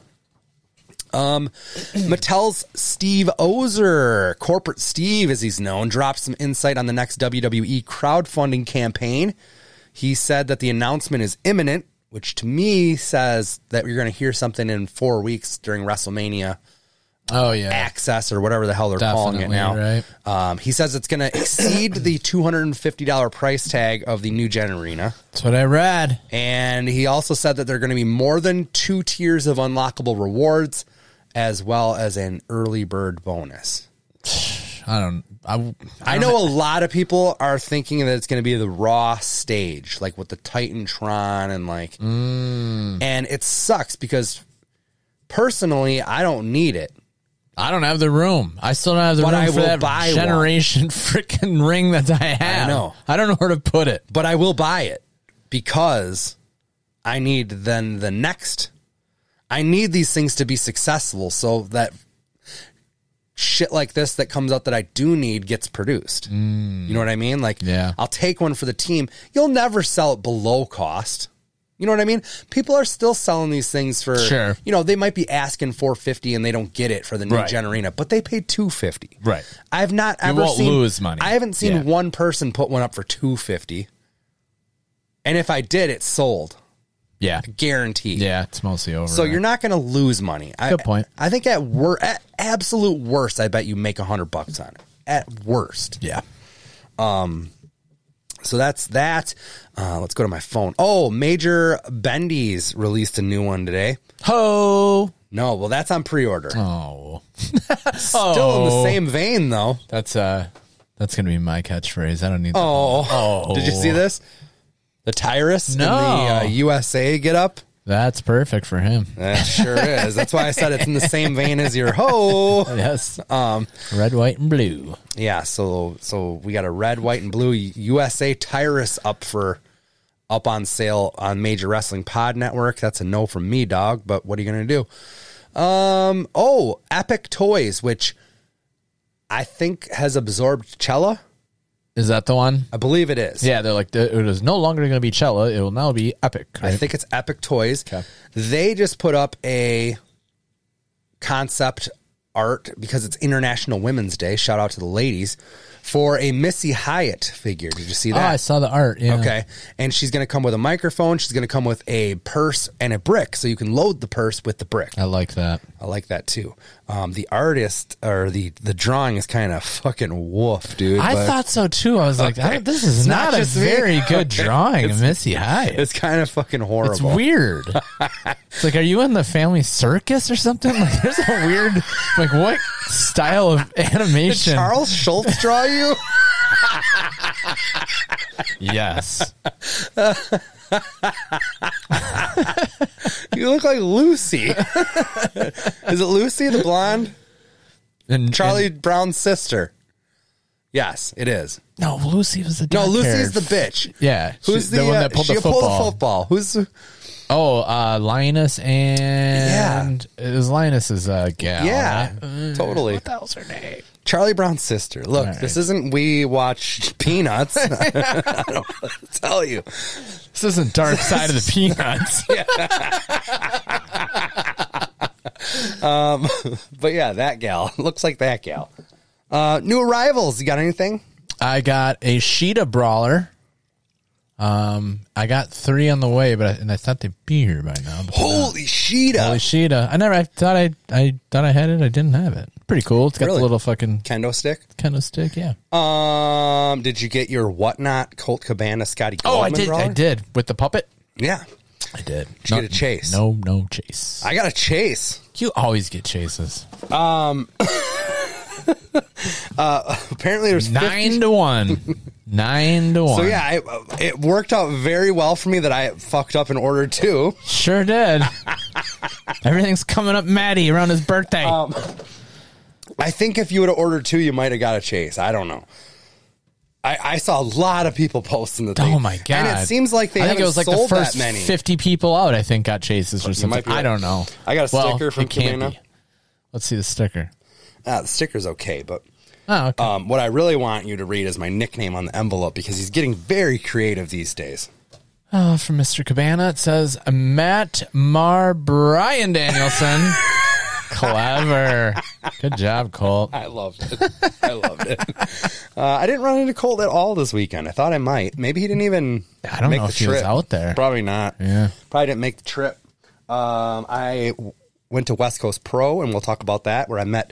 Um, *clears throat* Mattel's Steve Ozer, corporate Steve as he's known, dropped some insight on the next WWE crowdfunding campaign. He said that the announcement is imminent, which to me says that you're going to hear something in four weeks during WrestleMania *clears throat* Oh yeah. access or whatever the hell they're calling it now. Definitely, right. Um, he says it's going to exceed the $250 price tag of the new gen arena. That's what I read. And he also said that there are going to be more than two tiers of unlockable rewards, as well as an early bird bonus. I don't. I. I, I know a lot of people are thinking that it's going to be the raw stage, like with the Titantron and like, and it sucks because personally, I don't need it. I don't have the room. I still don't have the But room I for will that buy one. generation *laughs* freaking ring that I have. know. I don't know where to put it. but I will buy it because I need then the next. I need these things to be successful so that shit like this that comes out that I do need gets produced. You know what I mean? Like, Mm. Yeah. I'll take one for the team. You'll never sell it below cost. You know what I mean? People are still selling these things for, Sure. you know, they might be asking 450 and they don't get it for the new Right. Generina, but they paid 250. Right. I've not You ever won't seen lose money. I haven't seen Yeah. one person put one up for 250. And if I did, it sold, Yeah. guaranteed. Yeah, it's mostly over. So you're not going to lose money. I, Good point. I think at wor- at absolute worst, I bet you make a hundred bucks on it. At worst. Yeah. So that's that. Uh, let's go to my phone. Oh, Major Bendy's released a new one today. Ho. No, well, that's on pre-order. Oh. Still in the same vein, though. That's uh that's gonna be my catchphrase. I don't need Oh, Oh. did you see this? The Tyrus in No. the uh, USA get up. That's perfect for him. That sure is. That's why I said it's in the same vein as your ho. Yes. Um red, white, and blue. Yeah, so so we got a red, white, and blue USA Tyrus up for up on sale on Major Wrestling Pod Network. That's a no from me, dog. But what are you gonna do? Um. Oh, Epic Toys, which I think has absorbed Cella. Is that the one? I believe it is. Yeah, they're like it is no longer gonna be Cella, it will now be epic. I right? think it's Epic Toys. Okay. They just put up a concept art because it's International Women's Day. Shout out to the ladies for a Missy Hyatt figure. Did you see Oh, I that? saw the art. Yeah. Okay. And she's going to come with a microphone. She's going to come with a purse and a brick. So you can load the purse with the brick. I like that. I like that too. Um, the artist or the, the drawing is kind of fucking woof, dude. I but thought so too. I was like, "That- this is not not, a just me." very *laughs* good drawing of Missy Hyatt. it's kind of fucking horrible. It's weird. *laughs* it's like, are you in the family circus or something? *laughs* Like, there's a weird, like, what style *laughs* of animation? Charles Schultz draw you? *laughs* Yes. You look like Lucy. Is it Lucy the blonde? And Charlie and- Brown's sister. Yes, it is. no, Lucy was the No, dark Lucy's haired- the bitch. Yeah, Who's she- the, the one uh, that pulled the she football. football? Who's oh uh, Linus and it was Linus's uh, gal. yeah, right? totally. What the hell's her name? Charlie Brown's sister. Look, All right. this isn't we watch *laughs* Peanuts. *laughs* I don't know what to tell you. This isn't *laughs* Dark Side of the Peanuts. But yeah, that gal *laughs* looks like that gal. Uh, new arrivals. You got anything? I got a Sheeta brawler. Um, I got three on the way, but I, and I thought they'd be here by now. but- Holy Sheeta. Holy Sheeta! I never I thought I I thought I had it. I didn't have it. Pretty cool. It's got Really? the little fucking Kendo stick. kind of stick. Yeah. Um, did you get your whatnot Colt Cabana Scotty? Goldman brawler? Oh, I did with the puppet. Yeah, I did. you get a chase? No, no chase. I got a chase. you always get chases. Apparently, there's Nine to one. *laughs* Nine to one. So yeah, I, it worked out very well for me that I fucked up and ordered two. sure *laughs* did. Everything's coming up, Maddie, around his birthday. I think if you would have ordered two, you might have got a chase. I don't know. I, I saw a lot of people posting the thing. oh my god! And it seems like they I think it was like the first that many. fifty people out. I think got chases or something. might be right. I don't know. I got a Well, sticker from it can't Cabana. be. Let's see the sticker. Ah, the sticker's okay, but Oh, okay. um, what I really want you to read is my nickname on the envelope because he's getting very creative these days. Uh, from Mr. Cabana, it says Matt Mar Brian Danielson. *laughs* Clever. Good job, Colt. *laughs* I loved it. I loved it. *laughs* Uh, I didn't run into Colt at all this weekend. I thought I might. Maybe he didn't even. I don't make know the if he was trip. out there. Probably not. Yeah. Probably didn't make the trip. Um, I w- went to West Coast Pro, and we'll talk about that, where I met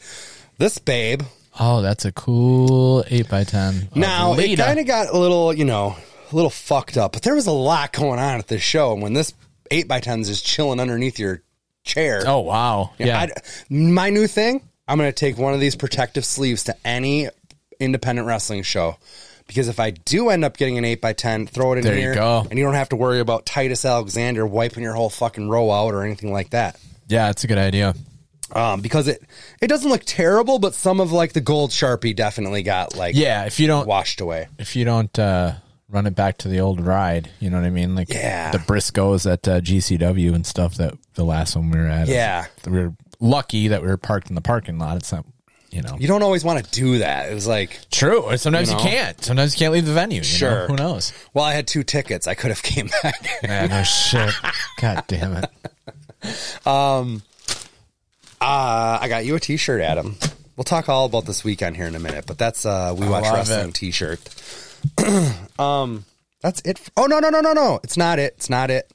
this babe. Oh, that's a cool 8x10. Now, it Lita. kind of got a little, you know, a little fucked up, but there was a lot going on at this show. And when this 8x10s is chilling underneath your chair, Oh, wow. Yeah. I, my new thing, I'm going to take one of these protective sleeves to any independent wrestling show. Because if I do end up getting an 8x10, throw it in There you here. go. And you don't have to worry about Titus Alexander wiping your whole fucking row out or anything like that. yeah, it's a good idea. um, because it it doesn't look terrible, but some of like the gold sharpie definitely got like Yeah, if you don't washed away. if you don't uh, run it back to the old ride, you know what I mean? Like Yeah. the Briscoes at uh, GCW and stuff that the last one we were at. Yeah. We were lucky that we were parked in the parking lot. It's not, you know. You don't always want to do that. It was like, True. Sometimes you, know? can't. Sometimes you can't leave the venue. you know? Sure. Who knows? well, I had two tickets. I could have *laughs* came back. *laughs* Man, no shit. God damn it. Uh, I got you a T-shirt, Adam. We'll talk all about this weekend here in a minute, but that's uh, we watch love wrestling it. T-shirt. *clears throat* um, that's it. f- Oh no no no no no! It's not it. It's not it.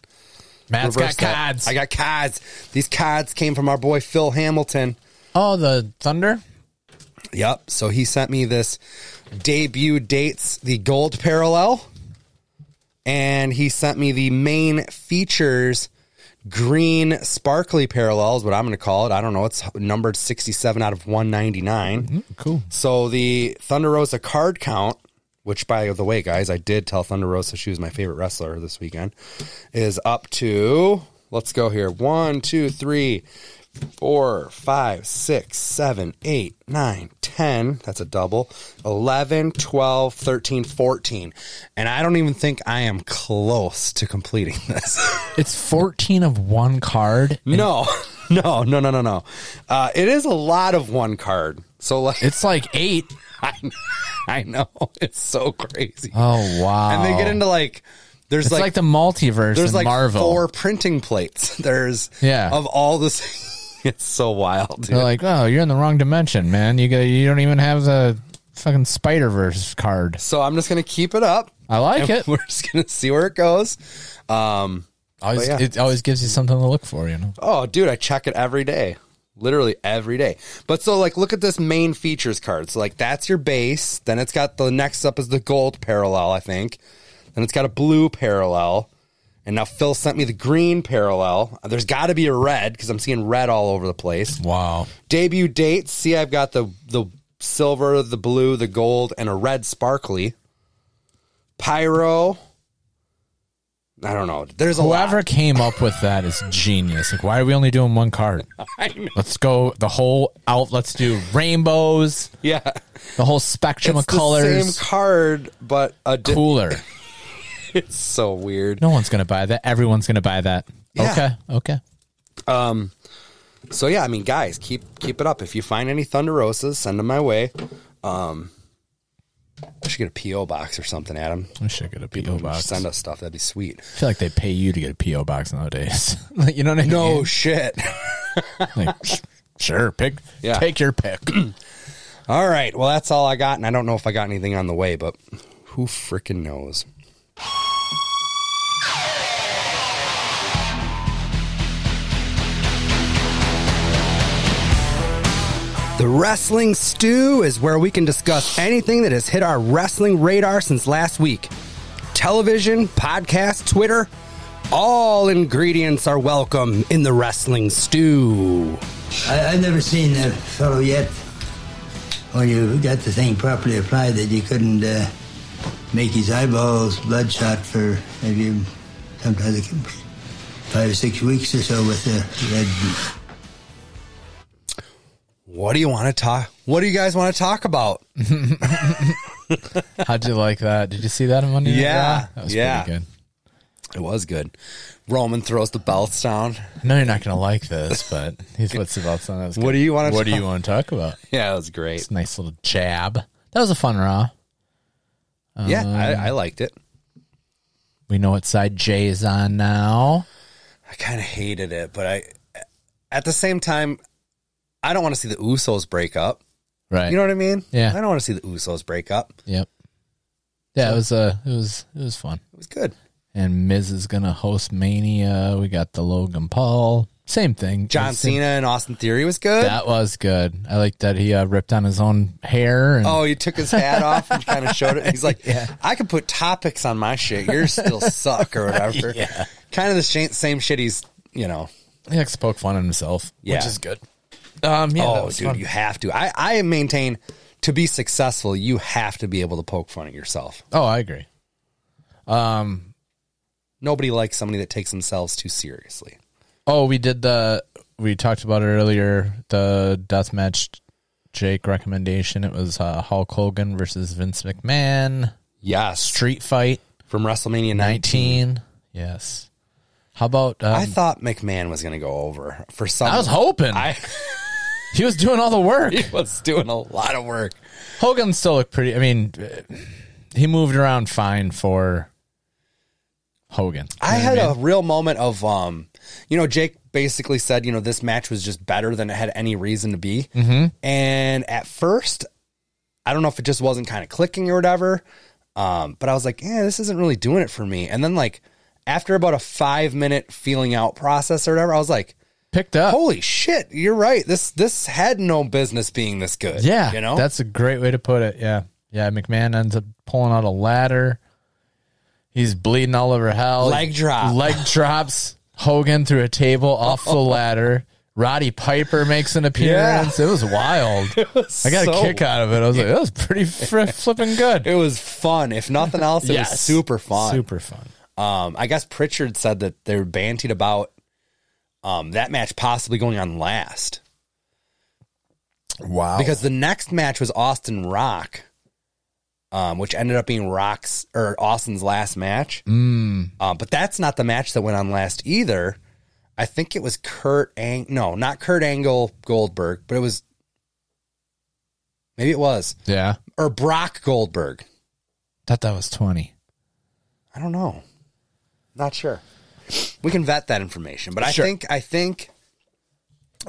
Matt's Reverse got that. cards. I got cards. These cards came from our boy Phil Hamilton. oh, the Thunder? Yep. So he sent me this debut dates, the gold parallel, and he sent me the main features green sparkly parallel is what I'm going to call it. I don't know. It's numbered 67 out of 199. Mm-hmm. Cool. So the Thunder Rosa card count, which by the way, guys, I did tell Thunder Rosa she was my favorite wrestler this weekend, is up to let's go here. One, two, three, four, five, six, seven, eight, nine, ten. That's a double. 11, 12, 13, 14. And I don't even think I am close to completing this. *laughs* It's 14 of one card. no, *laughs* no, no, no, no, no. Uh, it is a lot of one card. So like, It's like eight. *laughs* I, I know *laughs* it's so crazy. Oh, wow. and they get into like there's It's like, like, the multiverse there's in like Marvel. four printing plates. *laughs* There's Yeah. of all this. *laughs* It's so wild, dude. They're like, oh, you're in the wrong dimension, man. You got, you don't even have the fucking Spider Verse card. so I'm just gonna keep it up. *laughs* I like it. We're just gonna see where it goes. Um, Always, but yeah. It always gives you something to look for, you know. oh, dude, I check it every day, literally every day. But so like, look at this main features card. So like, that's your base. Then it's got the next up is the gold parallel, I think. Then it's got a blue parallel. And now Phil sent me the green parallel. There's got to be a red because I'm seeing red all over the place. Wow. debut dates. See, I've got the the silver, the blue, the gold, and a red sparkly. Pyro. I don't know. There's a lot. Whoever came up with that is genius. Like, why are we only doing one card? Let's go the whole out. Let's do rainbows, *laughs* Yeah, the whole spectrum it's of colors. same card, but a di- Cooler. It's so weird. No one's gonna buy that. Everyone's gonna buy that. Yeah. Okay. Okay. So yeah, I mean, guys, keep keep it up. If you find any Thunderosas, send them my way. Um, I should get a PO box or something, Adam. I should get a PO box. Send us stuff. That'd be sweet. I feel like they pay you to get a PO box nowadays. *laughs* like, you know what I mean? No *laughs* shit. Like, *laughs* sure. Pick. Yeah. Take your pick. All right. Well, that's all I got, and I don't know if I got anything on the way, but who frickin' knows? The Wrestling Stew is where we can discuss anything that has hit our wrestling radar since last week. Television, podcast, Twitter, all ingredients are welcome in the Wrestling Stew. I, I've never seen a fellow yet when you got the thing properly applied that you couldn't uh, make his eyeballs bloodshot for maybe sometimes it can be five or six weeks or so with the red. What do you want to talk? What do you guys want to talk about? How'd you like that? Did you see that on Monday? Night Yeah, Raw? That was yeah. pretty good. It was good. Roman throws the belts down. I know you're not going to like this, but here's what's about something. That's What do you wanna What do talk- you want to talk about? *laughs* Yeah, it was great. It's a nice little jab. That was a fun raw. yeah, I, I Uh, liked it. We know what side Jay is on now. I kind of hated it, but I, at the same time, I don't want to see the Usos break up. Right. You know what I mean? Yeah. I don't want to see the Usos break up. yep. Yeah, it was uh, it was it was fun. It was good. And Miz is gonna host Mania. We got the Logan Paul. Same thing. John Same- Cena and Austin Theory was good. That was good. I like that he uh, ripped on his own hair. And, Oh, he took his *laughs* hat off and kind of showed it. He's like, I could put topics on my shit. Yours still suck or *laughs* whatever. Kind of the sh- same shit he's, you know. he like, spoke fun on himself, Yeah. which is good. Um, yeah, that oh, was dude, fun. you have to. I, I maintain to be successful, you have to be able to poke fun at yourself. Oh, I agree. Nobody likes somebody that takes themselves too seriously. Oh, we did the we talked about it earlier. The deathmatch Jake recommendation. It was uh, Hulk Hogan versus Vince McMahon Yes. street fight From WrestleMania 19. nineteen. Yes. How about? Um, I thought McMahon was going to go over for some. I *laughs* was hoping I *laughs* he was doing all the work. was doing a lot of work. Hogan still looked pretty. I mean, uh, he moved around fine for Hogan. I had a real moment of, um, you know, Jake basically said, you know, this match was just better than it had any reason to be. Mm-hmm. And at first, I don't know if it just wasn't kind of clicking or whatever, um, but I was like, yeah, this isn't really doing it for me. And then, like, after about a five minute feeling out process or whatever, I was like, picked up. holy shit, you're right. This this had no business being this good. yeah, you know, that's a great way to put it. Yeah, yeah. McMahon ends up pulling out a ladder. He's bleeding all over hell. Leg drop. Leg drops Hogan through a table off the ladder. Roddy Piper makes an appearance. It was wild. *laughs* I got so a kick out of it. I was like, that was pretty fri flipping good. it was fun. If nothing else, it was super fun. Super fun. Um, I guess Pritchard said that they were bantied about um, that match possibly going on last Wow. because the next match was Austin Rock, um, which ended up being Rock's or Austin's last match. Um, but that's not the match that went on last either. I think it was Kurt Ang. No, not Kurt Angle Goldberg, but it was maybe it was yeah. or Brock Goldberg. Thought that was twenty. I don't know. Not sure. We can vet that information, but I think I think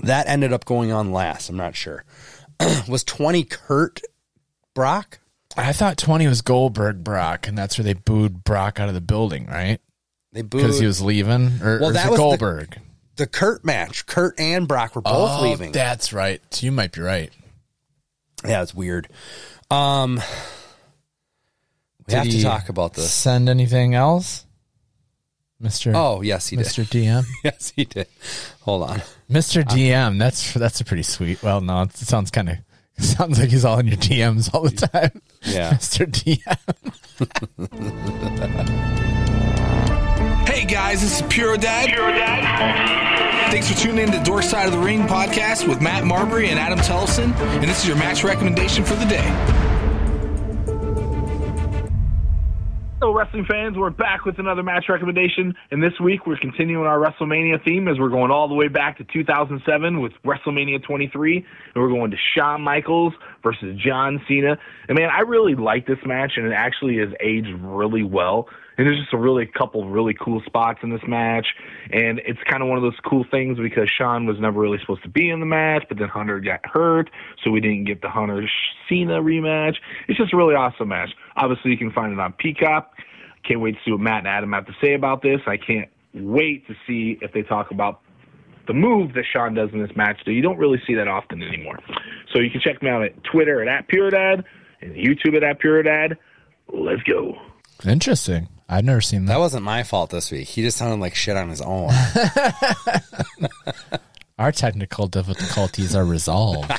that ended up going on last. I'm not sure. *clears throat* was 20 Kurt Brock? I thought 20 was Goldberg Brock, and that's where they booed Brock out of the building, right? They booed Because he was leaving. Or, Well, or that was that was the- it Goldberg. the Kurt match. Kurt and Brock were both Oh, leaving. That's right. You might be right. yeah, it's weird. Um, we Did have to he talk about this. Send anything else? Mr. Oh, yes, he did. *laughs* Mr. DM. Yes, he did. Hold on. Mr. DM. That's that's a pretty sweet. Well, no, it sounds kind of *laughs* sounds like he's all in your DMs all the time. *laughs* Yeah. Mr. DM. Hey guys, this is Pure Dad. Pure Dad. Thanks for tuning in to Dork Side of the Ring podcast with Matt Marbury and Adam Tellison, and this is your match recommendation for the day. Hello, wrestling fans. We're back with another match recommendation, and this week we're continuing our WrestleMania theme as we're going all the way back to 2007 with WrestleMania 23, and we're going to Shawn Michaels versus John Cena. And man, I really like this match, and it actually has aged really well. And there's just a really couple really cool spots in this match, and it's kind of one of those cool things because Shawn was never really supposed to be in the match, but then Hunter got hurt, so we didn't get the Hunter Cena rematch. It's just a really awesome match. Obviously, you can find it on Peacock. Can't wait to see what Matt and Adam have to say about this. I can't wait to see if they talk about the move that Sean does in this match that you don't really see that often anymore. So you can check me out at Twitter at, at Puredad and YouTube at, at Puredad. Let's go. Interesting. I've never seen That that. wasn't my fault this week. He just sounded like shit on his own. Our technical difficulties are *laughs* resolved.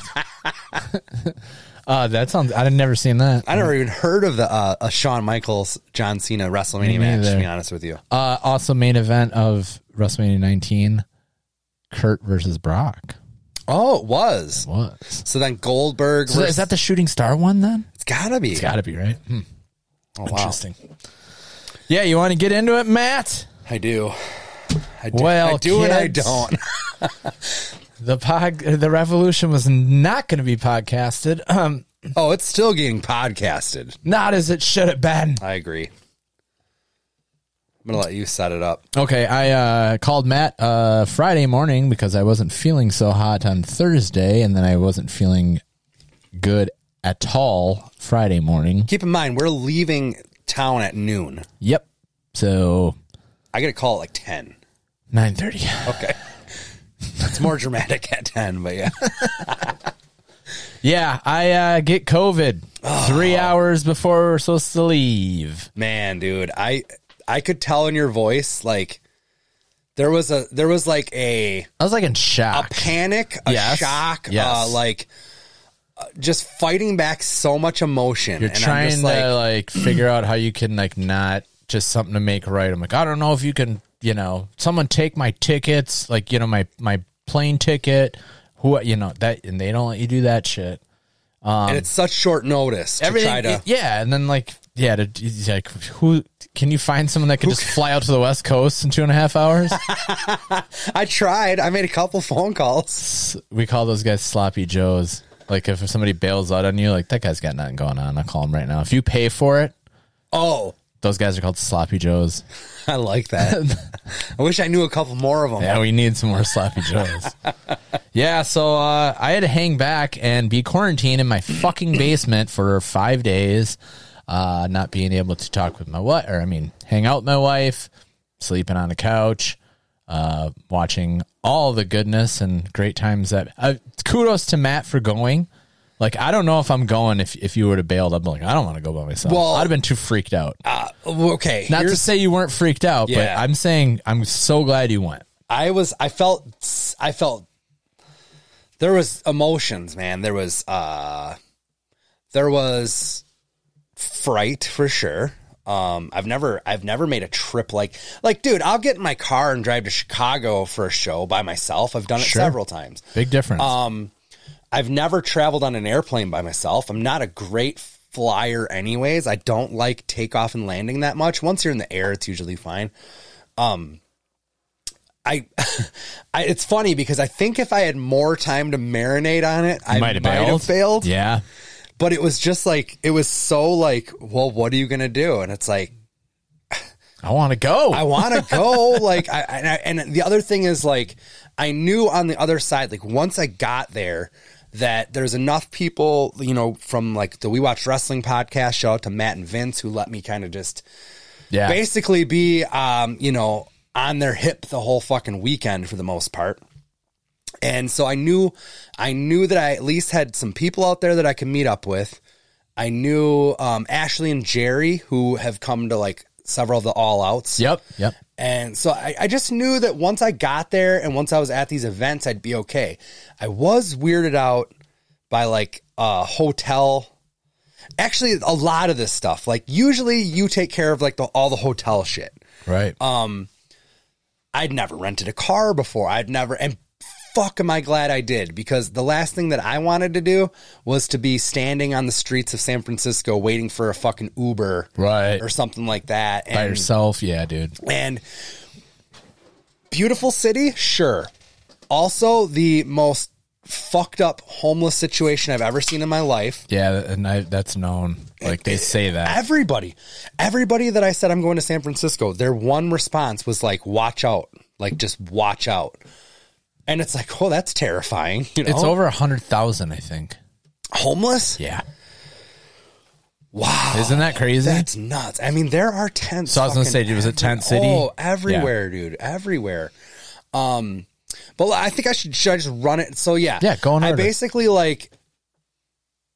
uh, that sounds. I've never seen that. I never even heard of the uh, a Shawn Michaels John Cena WrestleMania Me match. To neither. be honest with you, Uh, also, main event of WrestleMania 19, Kurt versus Brock oh, it was. was. So then Goldberg. So is versus- that the Shooting Star one then? It's gotta be. It's got to be right. Hmm. Oh, wow. Interesting. Yeah, you want to get into it, Matt? I do. I do. Well, I do and I kids. don't. *laughs* The pod, the revolution was not going to be podcasted. Um, Oh, it's still getting podcasted. not as it should have been. I agree. I'm gonna let you set it up. Okay, I uh, called Matt uh, Friday morning because I wasn't feeling so hot on Thursday, and then I wasn't feeling good at all Friday morning. Keep in mind, we're leaving town at noon. Yep. So I gotta call at like ten. nine thirty. Okay. *laughs* It's more dramatic at ten, but yeah. Yeah, I uh, get COVID three hours before we're supposed to leave. Man, dude, I I could tell in your voice like there was a there was like a I was like in a shock. panic, a Yes. shock, uh, Yes. like uh, just fighting back so much emotion. You're and I'm trying just to like, like, figure out how you can like not just something to make right. I'm like, I don't know if you can, you know, someone take my tickets, like you know my my plane ticket, who you know that, and they don't let you do that shit. and it's such short notice to um, Everything, try to. yeah, and then like, yeah, to, it's like who can you find someone that can just fly out to the West Coast in two and a half hours? I tried. I made a couple phone calls. *laughs* we call those guys sloppy joes. Like if somebody bails out on you, like that guy's got nothing going on. I call him right now. If you pay for it, Oh, those guys are called sloppy joes. *laughs* I like *laughs* that. I wish I knew a couple more of them. Yeah, we need some more *laughs* sloppy joes. yeah, so uh, I had to hang back and be quarantined in *clears throat* my fucking basement for five days, uh, not being able to talk with my wife, or I mean, hang out with my wife, sleeping on the couch, uh, watching all the goodness and great times. That uh, kudos to Matt for going. Like, I don't know if I'm going. If if you would have bailed, I'm like, I don't want to go by myself. Well- I'd have been too freaked out. Okay, not to here's- say you weren't freaked out, Yeah. but I'm saying I'm so glad you went. I was I felt I felt there was emotions, man. There was uh there was fright for sure. Um I've never I've never made a trip like like dude, I'll get in my car and drive to Chicago for a show by myself. I've done it Sure. several times. Big difference. I've never traveled on an airplane by myself. I'm not a great flyer, anyways. I don't like takeoff and landing that much. Once you're in the air, it's usually fine. Um, I, *laughs* I, it's funny because I think if I had more time to marinate on it, I might have failed. Yeah. But it was just like it was so like, well, what are you gonna do? And it's like, I want to go. I want to go. Like, I, and, I, and the other thing is, like, I knew on the other side, like, once I got there, that there's enough people, you know, from like the We Watch Wrestling podcast, shout out to Matt and Vince, who let me kind of just yeah. basically be, um, you know, on their hip the whole fucking weekend for the most part. And so I knew, I knew that I at least had some people out there that I could meet up with. I knew um, Ashley and Jerry, who have come to like several of the all outs. yep. Yep. And so I, I just knew that once I got there and once I was at these events, I'd be okay. I was weirded out by like a hotel. Actually, a lot of this stuff. Like usually, you take care of like the, all the hotel shit. Right. I'd never rented a car before. I'd never, and fuck am I glad I did because the last thing that I wanted to do was to be standing on the streets of San Francisco waiting for a fucking Uber right. or something like that. By And- yourself. Yeah, dude. and beautiful city, sure. Also, the most fucked up homeless situation I've ever seen in my life. Yeah. And I, that's known. Like they say that. Everybody, everybody that I said I'm going to San Francisco, their one response was like, "Watch out!" Like just watch out. And it's like, oh, that's terrifying. *laughs* You know, It's over a hundred thousand, I think. homeless. Yeah. Wow, Isn't that crazy? that's nuts. I mean, there are tents. So I was gonna fucking say, dude, was it tent everywhere. city? Oh, everywhere, dude, everywhere. Um, but I think I should should I just run it. So yeah, Yeah, go in I order. basically like,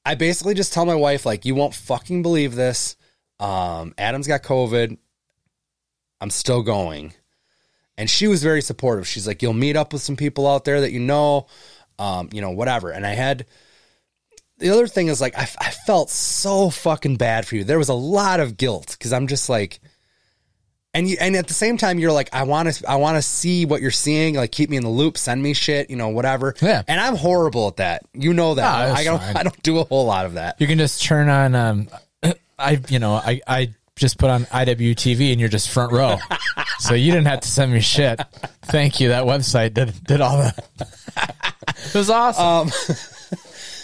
I basically just tell my wife like, you won't fucking believe this. Um, Adam's got COVID. I'm still going, and she was very supportive. She's like, you'll meet up with some people out there that you know, um, you know, whatever. And I had the other thing is like I, I felt so fucking bad for you. There was a lot of guilt because I'm just like, and you and at the same time you're like I want to I want to see what you're seeing. Like keep me in the loop, send me shit, you know, whatever. Yeah. And I'm horrible at that. You know that. Nah, that's I don't fine. I don't do a whole lot of that. you can just turn on. Um, *clears throat* I you know I I just put on IWTV and you're just front *laughs* row. so you didn't have to send me shit. Thank you. That website did did all that. it was awesome.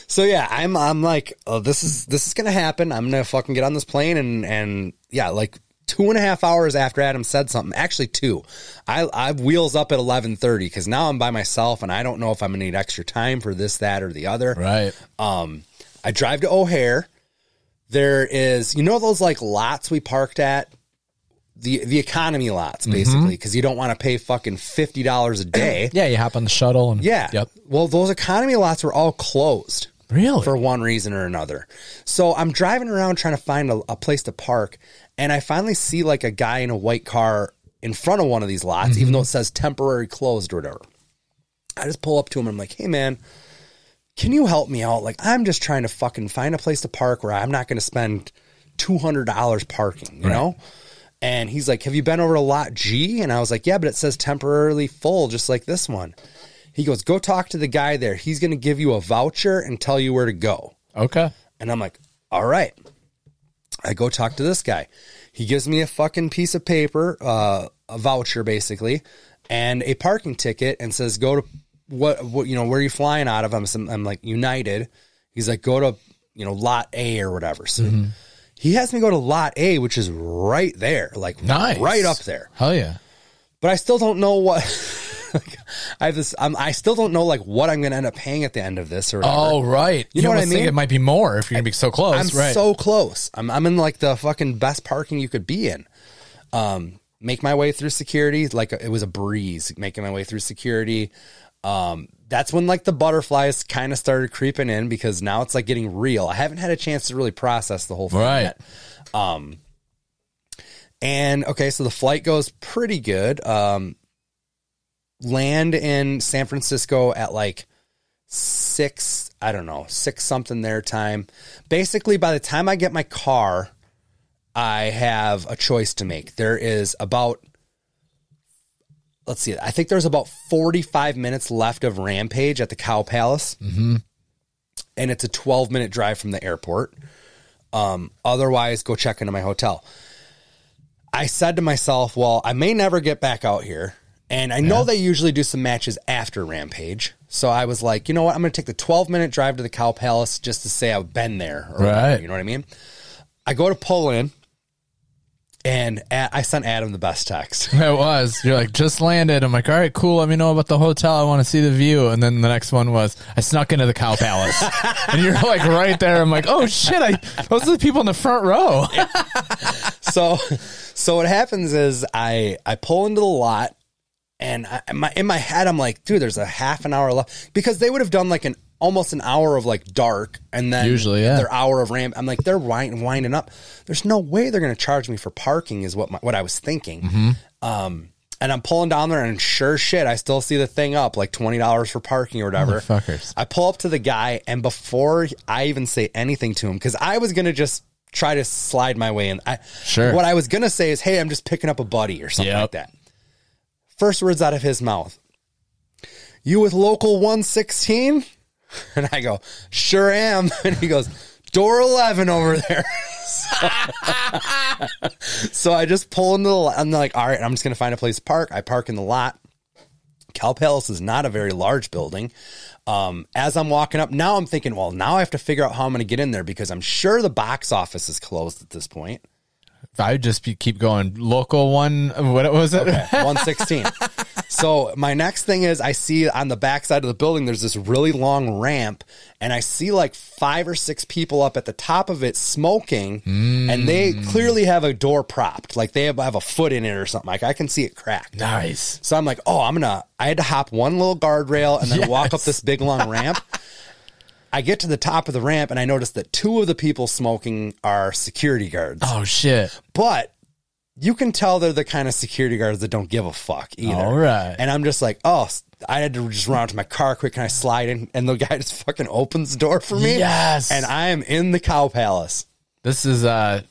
So yeah, I'm I'm like oh, this is this is gonna happen. I'm gonna fucking get on this plane and and yeah, like two and a half hours after Adam said something, actually two, I I wheels up at eleven thirty because now I'm by myself and I don't know if I'm gonna need extra time for this that or the other. right. I drive to O'Hare. There is, you know, those like lots we parked at the the economy lots Mm-hmm. basically because you don't want to pay fucking fifty dollars a *clears throat* day. Yeah. You hop on the shuttle and yeah. Yep. Well, those economy lots were all closed Really. for one reason or another. So I'm driving around trying to find a, a place to park, and I finally see like a guy in a white car in front of one of these lots, even though it says temporary closed or whatever. I just pull up to him and I'm like, hey man, can you help me out? Like, I'm just trying to fucking find a place to park where I'm not going to spend $200 parking, you know? And he's like, have you been over to lot G? And I was like, yeah, but it says temporarily full, just like this one. He goes, go talk to the guy there. He's going to give you a voucher and tell you where to go. Okay. And I'm like, all right. I go talk to this guy. He gives me a fucking piece of paper, uh, a voucher basically, and a parking ticket and says, go to what, what you know, where are you flying out of? I'm, some, I'm like, United. He's like, go to, you know, lot A or whatever. So he has me go to lot A, which is right there, like Nice. right up there Hell yeah. but I still don't know what. *laughs* like, I have this. I'm, I still don't know like what I'm going to end up paying at the end of this or whatever. Oh, right. You know what I almost think mean? It might be more if you're going to be so close. I'm right. so close. I'm I'm in like the fucking best parking you could be in. Um, make my way through security like it was a breeze making my way through security. Um, that's when like the butterflies kind of started creeping in because now it's like getting real. I haven't had a chance to really process the whole thing Right. yet. Um, and okay, so the flight goes pretty good. Um, land in San Francisco at like six, I don't know, six something their time. Basically, by the time I get my car, I have a choice to make. There is about, let's see, I think there's about 45 minutes left of Rampage at the Cow Palace. Mm-hmm. And it's a 12 minute drive from the airport. Um, otherwise, go check into my hotel. I said to myself, well, I may never get back out here. And I know they usually do some matches after Rampage. So I was like, you know what? I'm going to take the 12 minute drive to the Cow Palace just to say I've been there. Or whatever, Right. you know what I mean? I go to pull in and a- I sent Adam the best text. *laughs* It was. You're like, just landed. I'm like, all right, cool. Let me know about the hotel. I want to see the view. And then the next one was, I snuck into the cow *laughs* palace. and you're like right there. I'm like, oh shit. I, those are the people in the front row. so so what happens is I I pull into the lot and I, in my in my head I'm like, dude, there's a half an hour left because they would have done like an almost an hour of like dark and then Usually, yeah. their hour of ramp. I'm like, they're wind, winding up. There's no way they're gonna charge me for parking is what my, what I was thinking. Mm-hmm. Um and I'm pulling down there, and sure shit, I still see the thing up like twenty dollars for parking or whatever. Motherfuckers. I pull up to the guy, and before I even say anything to him, because I was gonna just try to slide my way in. I, Sure. What I was gonna say is, "Hey, I'm just picking up a buddy" or something Yep. like that. First words out of his mouth: "You with local 116?" *laughs* And I go, "Sure am." *laughs* And he goes, "Door 11 over there." *laughs* so, so I just pull into the. lot. I'm like, "All right, I'm just gonna find a place to park." I park in the lot. Cal Palace is not a very large building. Um, as I'm walking up, now I'm thinking, well, now I have to figure out how I'm going to get in there because I'm sure the box office is closed at this point. *laughs* I would just be, keep going. Local one. What was it? 116. so my next thing is I see on the backside of the building there's this really long ramp, and I see like five or six people up at the top of it smoking, and they clearly have a door propped, like they have, have a foot in it or something. Like I can see it cracked. *laughs* nice. So I'm like, oh, I'm gonna. I had to hop one little guardrail and then walk up this big long ramp. I get to the top of the ramp and I notice that two of the people smoking are security guards Oh shit. but you can tell they're the kind of security guards that don't give a fuck either. All right. And I'm just like, oh, I had to just run out to my car quick. Can I slide in? And the guy *laughs* just fucking opens the door for me. Yes. And I am in the cow palace. This is, uh,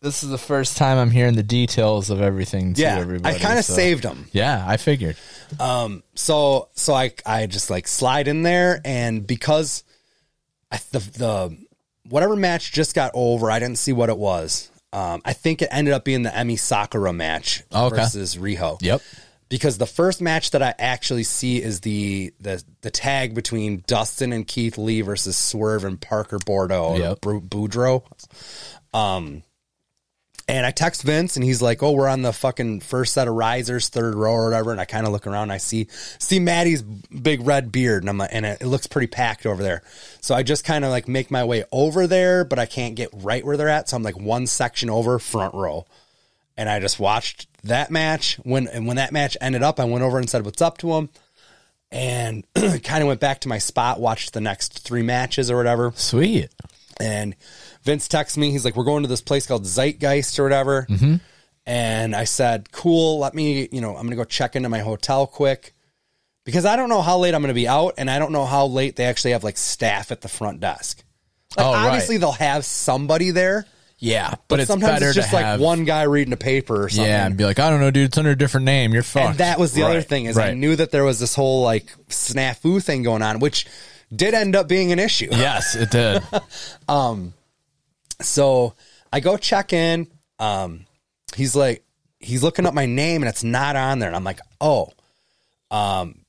this is the first time I'm hearing the details of everything. to Yeah. I everybody, kind of so- saved him. Yeah, I figured. so so I I just like slide in there, and because I, the the whatever match just got over, I didn't see what it was. Um, I think it ended up being the Emi Sakura match Okay. versus Riho. Yep. Because the first match that I actually see is the the the tag between Dustin and Keith Lee versus Swerve and Parker Bordeaux Yep. or Bru- Boudreaux. Um, And I text Vince and he's like, Oh, we're on the fucking first set of risers, third row or whatever. And I kind of look around and I see see Maddie's big red beard and I'm like, and it, it looks pretty packed over there. So I just kind of like make my way over there, but I can't get right where they're at. So I'm like one section over front row. And I just watched that match. When and when that match ended up, I went over and said what's up to him. And *clears throat* kind of went back to my spot, watched the next three matches or whatever. Sweet. And Vince texts me. He's like, "We're going to this place called Zeitgeist or whatever." Mm-hmm. And I said, "Cool. Let me, you know, I'm gonna go check into my hotel quick because I don't know how late I'm gonna be out, and I don't know how late they actually have like staff at the front desk. Like, Oh, right. obviously, they'll have somebody there, Yeah, but, it's sometimes better it's just to like have one guy reading a paper or something. Yeah, and be like, I don't know, dude. It's under a different name. You're fucked. and that was the other Right, thing is I right. knew that there was this whole like snafu thing going on, which did end up being an issue. Yes, *laughs* it did. So I go check in. Um, he's like, he's looking up my name and it's not on there. And I'm like, oh, um,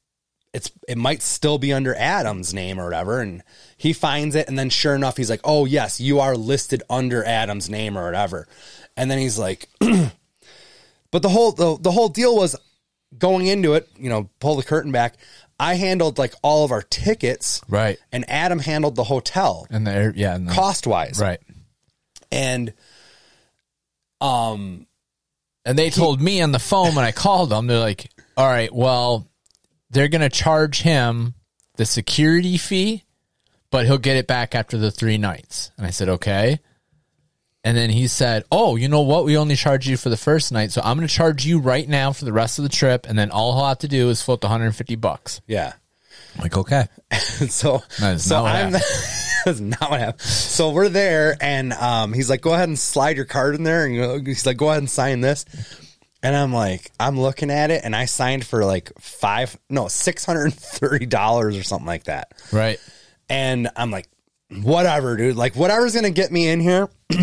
it's it might still be under Adam's name or whatever. And he finds it, and then sure enough, he's like, oh yes, you are listed under Adam's name or whatever. And then he's like, *clears throat* but the whole the, the whole deal was going into it. You know, pull the curtain back. I handled like all of our tickets, right. and Adam handled the hotel And there, yeah. And the, cost wise, Right. and And they told me on the phone when I called them, they're like, all right, well, they're going to charge him the security fee, but he'll get it back after the three nights. And I said, okay. And then he said, oh, you know what? We only charge you for the first night. So I'm going to charge you right now for the rest of the trip. And then all he'll have to do is float the 150 bucks. yeah. *laughs* I'm like, okay. so That is so not what I'm *laughs* that's not what happened. So we're there, and um, he's like, "Go ahead and slide your card in there," and go- he's like, "Go ahead and sign this." And I'm like, I'm looking at it, and I signed for like five, no, six hundred and thirty dollars or something like that. Right. And I'm like, whatever, dude. Like, whatever's gonna get me in here, *clears throat*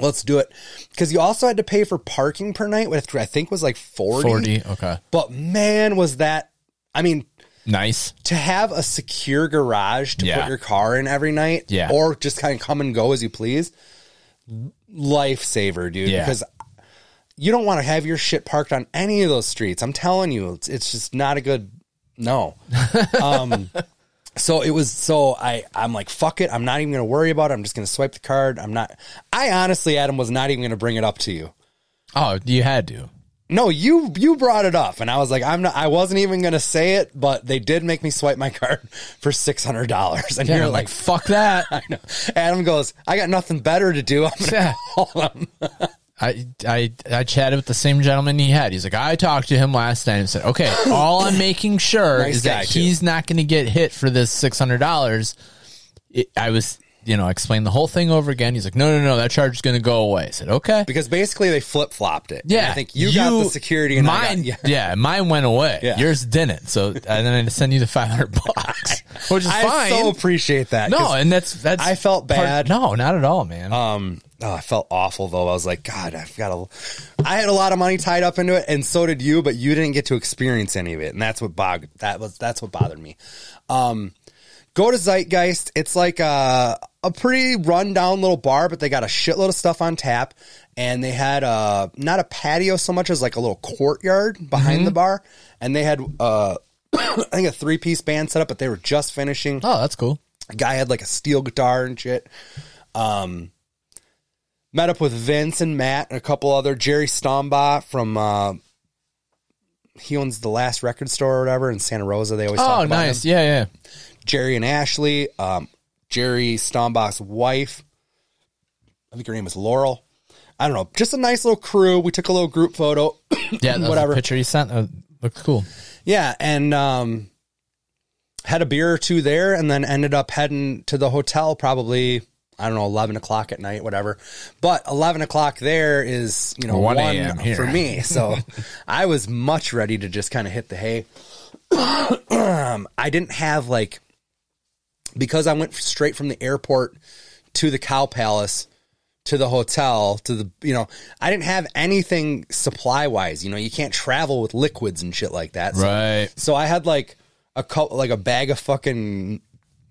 let's do it. Because you also had to pay for parking per night, which I think was like 40. Okay. But man, was that! I mean, Nice. to have a secure garage to Yeah. put your car in every night, Yeah. or just kind of come and go as you please, lifesaver, dude. Yeah. Because you don't want to have your shit parked on any of those streets. I'm telling you, it's, it's just not a good *laughs* no. um, so it was. So I, I'm like, fuck it. I'm not even gonna worry about it. I'm just gonna swipe the card. I'm not. I honestly, Adam, was not even gonna bring it up to you. Oh, you had to. No, you you brought it up, and I was like, I'm not. I wasn't even gonna say it, but they did make me swipe my *laughs* card for six hundred dollars, and Yeah. you're I'm like, like, fuck that. *laughs* I know. Adam goes, I got nothing better to do. *laughs* I'm gonna *laughs* Yeah. call him. I, I I chatted with the same gentleman he had. He's like, I talked to him last night and *laughs* said, okay, all I'm making sure Nice is that guy, too. he's not going to get hit for this six hundred dollars. I was, you know, I explained the whole thing over again. He's like, no, no, no, that charge is going to go away. I said, okay, because basically they flip flopped it. And yeah. I think you, got the security, and mine, I got, yeah. *laughs* yeah, mine went away. Yeah. Yours didn't. So and then I had to send you the five hundred *laughs* bucks, which is I fine. so appreciate that. no, 'cause- and that's that's. I felt part- bad. no, not at all, man. um, oh, I felt awful though. I was like, God, I've got a, I had a lot of money tied up into it, and so did you, but you didn't get to experience any of it, and that's what bog that was that's what bothered me. Um, go to Zeitgeist. It's like a a pretty rundown little bar, but they got a shitload of stuff on tap, and they had a not a patio so much as like a little courtyard behind the bar, and they had uh, *coughs* I think a three piece band set up, but they were just finishing oh, that's cool. guy had like a steel guitar and shit. Um, met up with Vince and Matt and a couple other Jerry Stombaugh from uh, he owns the last record store or whatever in Santa Rosa. They always talk Oh, about nice. him. *clears throat* Yeah, yeah. Jerry and Ashley, um, Jerry Stombaugh's wife. I think her name is Laurel. I don't know. Just a nice little crew. We took a little group photo. Yeah, that was the Whatever. picture you sent uh, looked cool. Yeah, and um, had a beer or two there, and then ended up heading to the hotel probably I don't know eleven o'clock at night, whatever. But eleven o'clock there is you know 1 one, a.m. here. for me, so I was much ready to just kind of hit the hay. *clears throat* um, I didn't have like because I went straight from the airport to the Cow Palace to the hotel to the you know I didn't have anything supply wise. You know you can't travel with liquids and shit like that. So Right. so I had like a couple, like a bag of fucking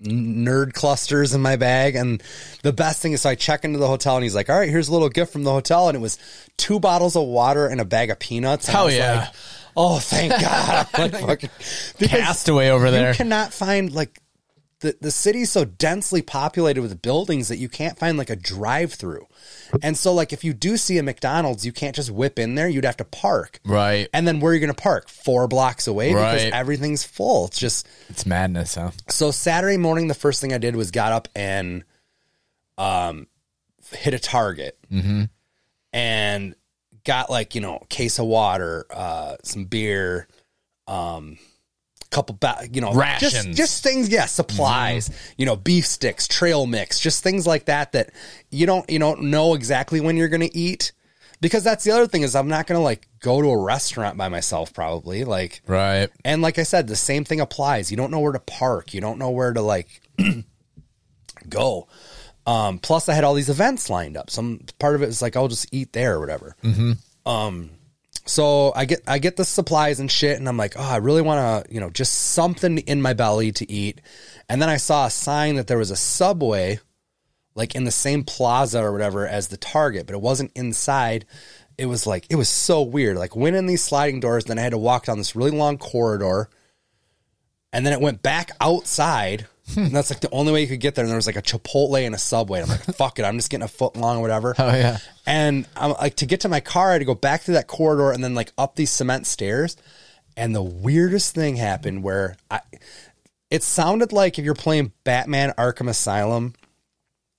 nerd clusters in my bag. And the best thing is, so I check into the hotel and he's like, all right, here's a little gift from the hotel. And it was two bottles of water and a bag of peanuts. And I Hell was yeah. like, oh, *laughs* thank God. I'm like, fucking, because Castaway over there. You cannot find like, the, the city's so densely populated with buildings that you can't find like a drive through. And so like if you do see a McDonald's, you can't just whip in there. You'd have to park. Right. And then where are you going to park? Four blocks away Right. because everything's full. It's just It's madness, huh? so Saturday morning. The first thing I did was got up and um, hit a target and got like you know a case of water, uh, some beer, um, couple, ba- you know, just, Rations. just things, yeah, supplies, you know, beef sticks, trail mix, just things like that that you don't you don't know exactly when you're going to eat because that's the other thing is I'm not going to like go to a restaurant by myself probably like Right. and like I said, the same thing applies. You don't know where to park. You don't know where to like *clears throat* go. Um, plus, I had all these events lined up. Some part of it was like I'll just eat there or whatever. Um, so I get I get the supplies and shit, and I'm like, oh, I really want to, you know, just something in my belly to eat. And then I saw a sign that there was a subway, like in the same plaza or whatever as the Target, but it wasn't inside. It was like it was so weird. Like went in these sliding doors, then I had to walk down this really long corridor, and then it went back *laughs* outside. And that's like the only way you could get there. And there was like a Chipotle and a Subway. And I'm like, fuck it, I'm just getting a foot long or whatever. Oh yeah. And I'm like to get to my car, I had to go back through that corridor and then like up these cement stairs. And the weirdest thing happened where I it sounded like if you're playing Batman Arkham Asylum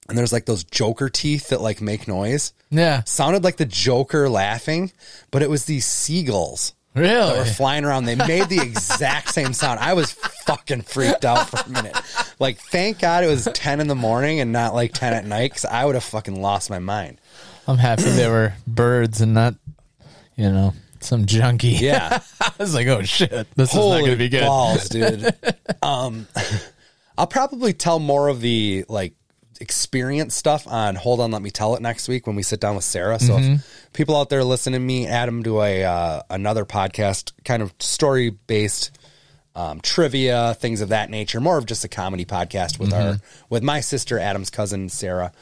and there's like those Joker teeth that like make noise. Yeah. Sounded like the Joker laughing, but it was these seagulls that Really? were flying around. They made the exact same sound. I was fucking freaked out for a minute. Like, thank God it was 10 in the morning and not like 10 at night because I would have fucking lost my mind. *clears throat* I'm happy they were birds and not, you know, some junkie. *laughs* Yeah. I was like, oh shit, this is not going to be good. balls, dude. um, *laughs* I'll probably tell more of the like experience stuff on Hold On, Let Me Tell It next week when we sit down with Sarah. So Mm-hmm. if people out there listen to me, Adam, do a uh, another podcast, kind of story based. Um, trivia, things of that nature, more of just a comedy podcast with our Mm-hmm. with my sister Adam's cousin Sarah.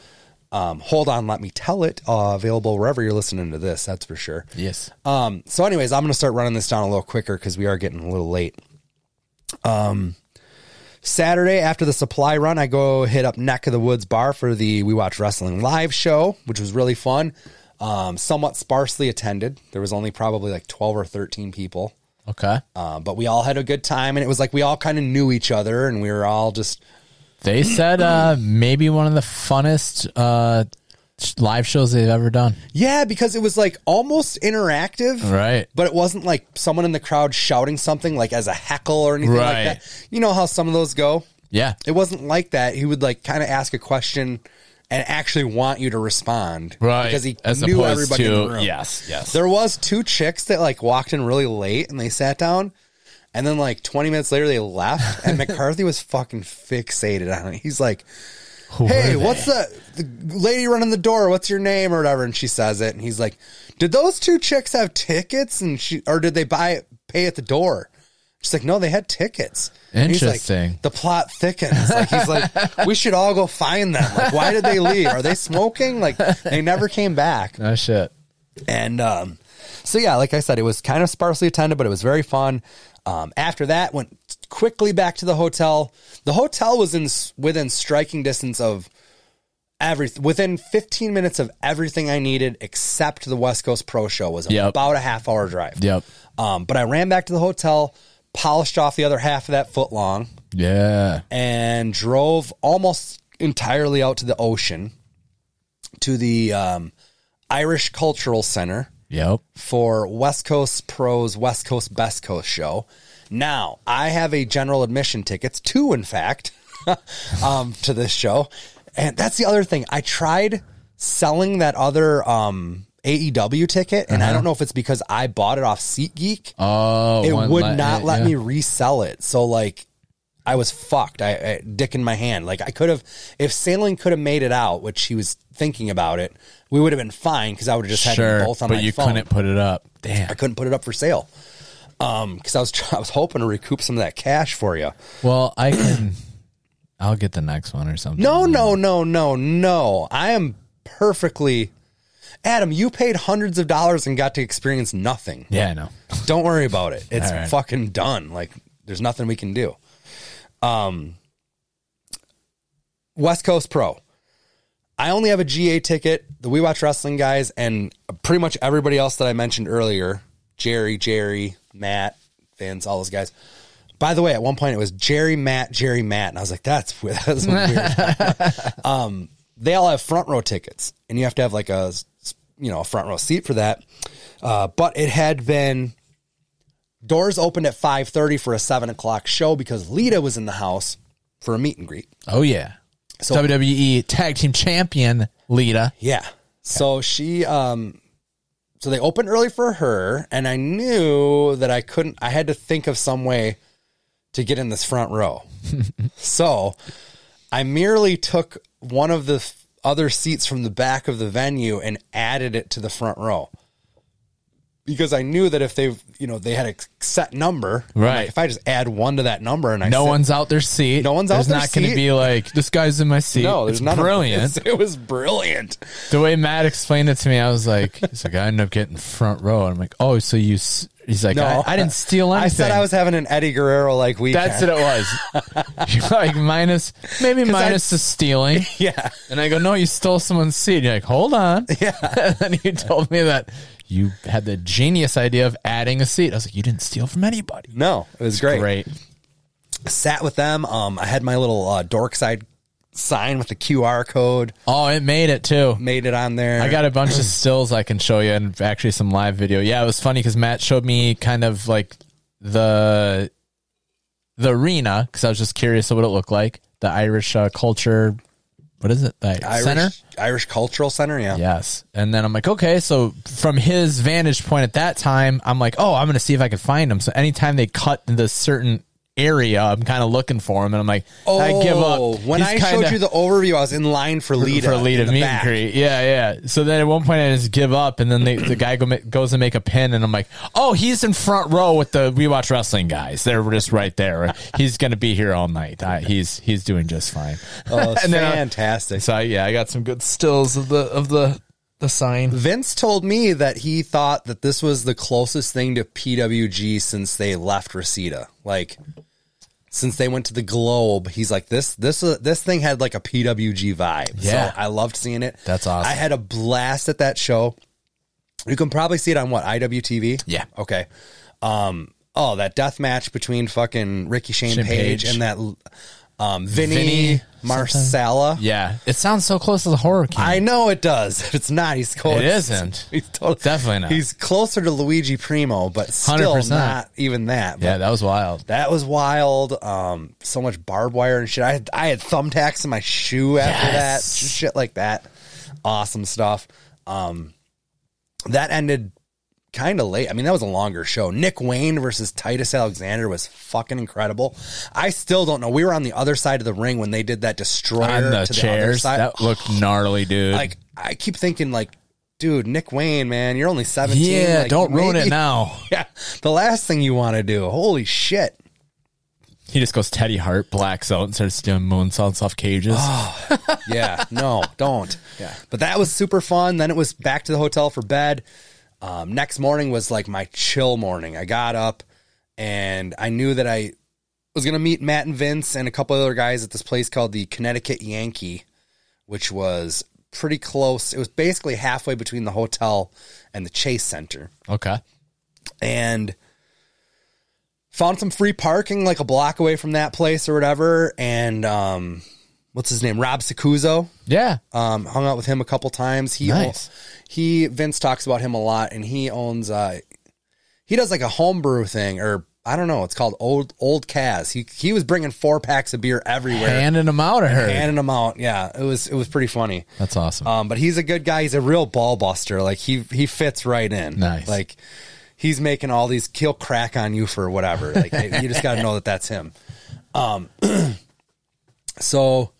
Um, Hold on, let me tell it. Uh, available wherever you're listening to this, that's for sure. Yes. Um, so, anyways, I'm going to start running this down a little quicker because we are getting a little late. Um, Saturday after the supply run, I go hit up Neck of the Woods Bar for the We Watch Wrestling live show, which was really fun. Um, somewhat sparsely attended. There was only probably like 12 or 13 people. Okay. Um, but we all had a good time, and it was like we all kind of knew each other, and we were all just *clears throat* They said uh, maybe one of the funnest uh, sh- live shows they've ever done. yeah, because it was like almost interactive, Right. but it wasn't like someone in the crowd shouting something like as a heckle or anything like Right. that. You know how some of those go. Yeah. It wasn't like that. He would like kind of ask a question and actually want you to respond, Right. Because he As knew opposed everybody to- in the room. yes, yes. There was two chicks that like walked in really late and they sat down. And then, like twenty minutes later, they *laughs* left, and McCarthy was fucking fixated on it. He's like, "Hey, what's the, the lady running the door? What's your name or whatever?" And she says it, and he's like, "Did those two chicks have tickets? And she, or did they buy pay at the door?" She's like, "No, they had tickets." And he's like, Interesting. the plot thickens. Like he's *laughs* like, "We should all go find them. Like, why did they leave? Are they smoking? Like they never came back." Oh shit. And um, so yeah, like I said, it was kind of sparsely attended, but it was very fun. Um, after that, went quickly back to the hotel. The hotel was in within striking distance of every within 15 minutes of everything I needed, except the West Coast Pro Show was Yep. about a half hour drive. Yep. Um, but I ran back to the hotel, polished off the other half of that foot long, Yeah. and drove almost entirely out to the ocean to the um, Irish Cultural Center Yep. for West Coast Pros West Coast Best Coast show. Now, I have a general admission tickets, two in fact, *laughs* um, to this show. And that's the other thing. I tried selling that other um, AEW ticket, and I don't know if it's because I bought it off SeatGeek. Uh-huh. Oh, it one would la- not let yeah. me resell it. So, like, I was fucked. I, I dick in my hand. Like I could have, if Sailing could have made it out, which he was thinking about it, we would have been fine because I would have just had them Sure, both on but my you phone. couldn't put it up. Damn. I couldn't put it up for sale. Um, because I was try- *laughs* I was hoping to recoup some of that cash for you. Well, I can. I'll get the next one or something. No, no, no, no, no. I am perfectly. Adam, you paid hundreds of dollars and got to experience nothing. Yeah, I know. Don't worry about it. It's All right. fucking done. Like there's nothing we can do. Um, West Coast Pro. I only have a GA ticket. The We Watch Wrestling guys and pretty much everybody else that I mentioned earlier, Jerry, Jerry, Matt, Vince, all those guys. By the way, at one point it was Jerry, Matt, Jerry, Matt, and I was like, "That's *laughs* weird. That's weird." um, *laughs* they all have front row tickets, and you have to have like a you know a front row seat for that. Uh, but it had been Doors opened at five thirty for a seven o'clock show because Lita was in the house for a meet and greet. Oh yeah. So- WWE Tag Team Champion Lita. Yeah. So she um so they opened early for her and I knew that I couldn't I had to think of some way to get in this front row. *laughs* so I merely took one of the f- other seats from the back of the venue and added it to the front row. Because I knew that if they've, you know, they had a set number, I'm Right. like, If I just add one to that number and I No sit- one's out their seat. No one's out There's their not going seat. to be like this guy's in my seat. no, it's there's none of- brilliant. *laughs* it was brilliant. the way Matt explained it to me, I was like, he's like, I ended up getting front row. I'm like, oh, so you? s- He's like, I, I didn't steal anything. I said I was having an Eddie Guerrero like weekend. That's what it was. *laughs* You're like minus maybe 'Cause minus the *laughs* stealing. *laughs* Yeah. And I go, no, you stole someone's seat. You're like, hold on. *laughs* Yeah. and then you told me that you had the genius idea of adding a seat. I was like, you didn't steal from anybody. No, it was great. Great. Sat with them. Um, I had my little uh, dork side sign with the QR code. Oh, it made it too. Made it on there. I got a bunch *clears throat* of stills I can show you and actually some live video. Yeah, it was funny because Matt showed me kind of like the the arena because I was just curious of what it looked like. The Irish uh, culture, what is it? The Irish, center? Irish Cultural Center. Yeah. Yes. And then I'm like, okay, so from his vantage point at that time, I'm like, oh, I'm going to see if I can find him. So anytime they cut into certain area, I'm kind of looking for him. And I'm like, Oh, I give up. When He's I showed kinda- you the overview, I was in line for Lita. for lead in of the meet back. and greet. Yeah, yeah. So then at one point I just give up, and then they, the guy go, goes and make a pin, and I'm like, oh, he's in front row with the We Watch Wrestling guys. They're just right there. he's gonna be here all night. I, he's he's doing just fine. Oh, *laughs* And then I- fantastic. so I, yeah, I got some good stills of the of the the sign. Vince told me that he thought that this was the closest thing to PWG since they left Reseda. Like since they went to the Globe, he's like this this uh, this thing had like a PWG vibe. Yeah. So I loved seeing it. That's awesome. I had a blast at that show. You can probably see it on what IWTV. Yeah. Okay. Um. Oh, that death match between fucking Ricky Shane, Shane Page, Page. and that um Vinny, Vinny Marcella. Yeah, it sounds so close to the horror king. I know it does. *laughs* It's not. He's close. It *laughs* isn't. He's totally, Definitely not. He's closer to Luigi Primo, but still 100%. not even that. But yeah, that was wild. that was wild. Um, so much barbed wire and shit. I had, I had thumbtacks in my shoe after Yes. that. Shit like that. Awesome stuff. Um, that ended kind of late. I mean, that was a longer show. Nick Wayne versus Titus Alexander was fucking incredible. I still don't know. We were on the other side of the ring when they did that destroyer On the to the other chairs, side that *sighs* looked gnarly, dude. like I keep thinking like, dude, Nick Wayne, man, you're only 17. yeah, like, don't ruin maybe- it now. Yeah. The last thing you want to do. Holy shit. *laughs* He just goes Teddy Hart, blacks out, and starts doing moonsaults off *gasps* cages. Yeah. No, don't. Yeah. But that was super fun. Then it was back to the hotel for bed. Um, next morning was like my chill morning. I got up and I knew that I was going to meet Matt and Vince and a couple other guys at this place called the Connecticut Yankee, which was pretty close. It was basically halfway between the hotel and the Chase Center. okay. and found some free parking like a block away from that place or whatever. And um, what's his name? Rob Secuzo. Yeah. Um, hung out with him a couple times. He Nice. he Vince talks about him a lot, and he owns uh, he does like a homebrew thing or. I don't know. It's called old old Kaz. He he was bringing four packs of beer everywhere, Handing them out of her. handing them out. Yeah, it was it was pretty funny. That's awesome. Um, but he's a good guy. He's a real ball buster. Like he he fits right in. Nice. Like he's making all these kill crack on you for whatever. Like you just got to know that that's him. Um, *clears throat* so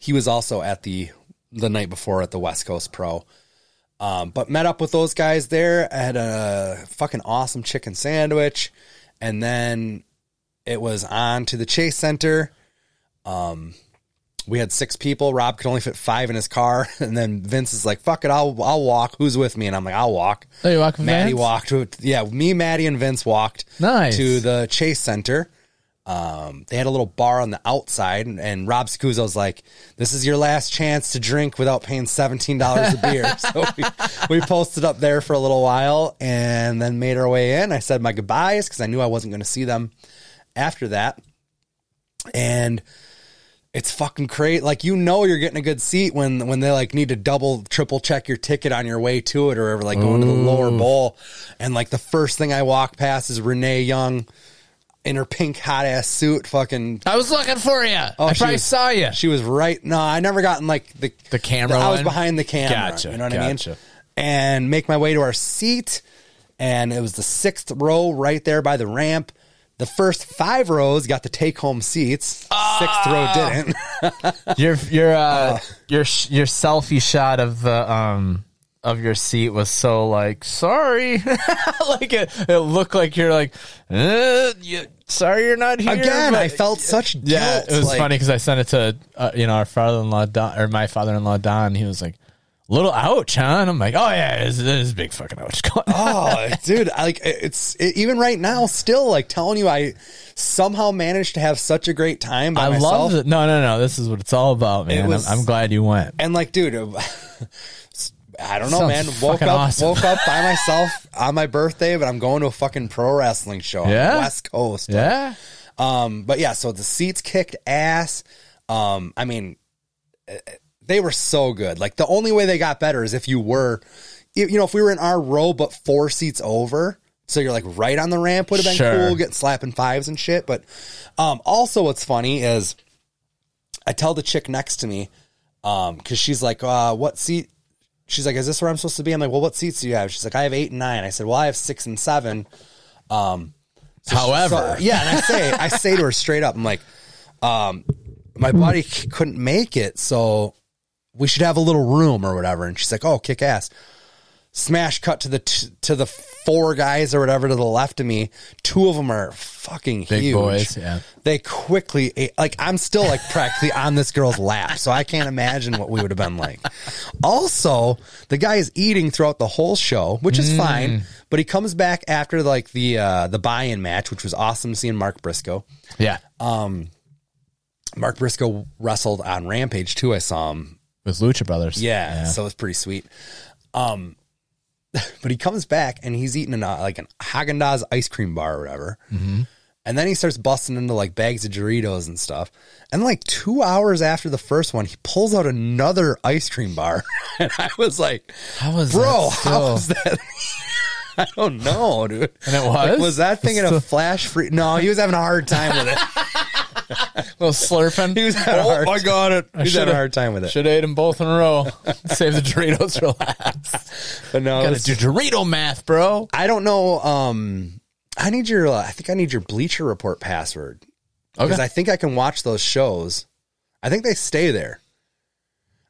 he was also at the the night before at the West Coast Pro. Um, but met up with those guys there. I had a fucking awesome chicken sandwich, and then it was on to the Chase Center. Um, We had six people. Rob could only fit five in his car, *laughs* and then Vince is like, "Fuck it, I'll I'll walk." Who's with me? And I'm like, "I'll walk." Oh, you walk with Maddie Vince? walked. with- Yeah, me, Maddie, and Vince walked. Nice. to the Chase Center. Um, they had a little bar on the outside, and, and Rob Scuzo's like, "This is your last chance to drink without paying seventeen dollars a beer." *laughs* so we, we posted up there for a little while, and then made our way in. I said my goodbyes because I knew I wasn't going to see them after that, and It's fucking crazy. Like you know you're getting a good seat when when they like need to double triple check your ticket on your way to it or ever like going to the lower bowl. And like the first thing I walk past is Renee Young in her pink hot ass suit fucking Oh, I was looking for you. I she probably was- saw you. She was right. No, I never gotten like the The camera I was one? behind the camera. Gotcha, You know what I mean? gotcha. And make my way to our seat, and it was the sixth row right there by the ramp. The first five rows got the take home seats. Sixth row Ah! didn't. Your your uh, your sh- your selfie shot of the um of your seat was so like sorry, *laughs* like it, it looked like you're like uh, you, sorry you're not here Again, but- I felt such guilt. yeah it was like, funny because I sent it to uh, you know our father-in-law Don or my father-in-law Don he was like little ouch huh and I'm like oh yeah this is big fucking ouch going on. *laughs* Oh, dude! I, like it- it's it, even right now, still like telling you, I somehow managed to have such a great time. By I myself. love it no no no this is what it's all about man was- I'm, I'm glad you went And like, dude, *laughs* I don't know, Sounds man. Woke fucking up, awesome. woke up by myself on my birthday, but I'm going to a fucking pro wrestling show on Yeah? the West Coast. yeah Um, but yeah, so the seats kicked ass. Um, I mean, eh, they were so good. Like the only way they got better is if you were, you you know, if we were in our row but four seats over. So you're like right on the ramp would have been Sure. cool, getting slapping fives and shit. But um, also, what's funny is I tell the chick next to me um, because she's like, uh, "What seat?" She's like, "Is this where I'm supposed to be?" I'm like, "Well, what seats do you have?" She's like, "I have eight and nine. I said, "Well, I have six and seven. however So- yeah, and I say, I say to her straight up, I'm like, um, my buddy c- couldn't make it, so we should have a little room or whatever. And she's like, oh, kick ass. Smash cut to the t- to the four guys or whatever to the left of me. Two of them are fucking Big huge. boys, yeah. They quickly ate, like I'm still like practically on this girl's lap, so I can't imagine what we would have been like. Also, the guy is eating throughout the whole show, which Mm. is fine. But he comes back after like the uh, the buy-in match, which was awesome seeing Mark Briscoe. yeah Mark Briscoe wrestled on Rampage too. I saw him it was Lucha Brothers yeah, so it's pretty sweet. Um, *laughs* but he comes back and he's eating an uh, like an Haagen Dazs ice cream bar or whatever, Mm-hmm. and then he starts busting into like bags of Doritos and stuff. And like two hours after the first one, he pulls out another ice cream bar, *laughs* and I was like, how was "Bro, that how so- is that?" *laughs* I don't know, dude. *laughs* and it was Like, was that thing in a Still- flash free? No, he was having a hard time with *laughs* it. little *laughs* slurping. He was having a hard. I got it. He was having a hard time with it. Should have ate them both in a row. *laughs* Save the Doritos for *laughs* last. But no, it Got was- to do Dorito math, bro. I don't know. Um, I need your. Uh, I think I need your Bleacher Report password because I think I can watch those shows. I think they stay there.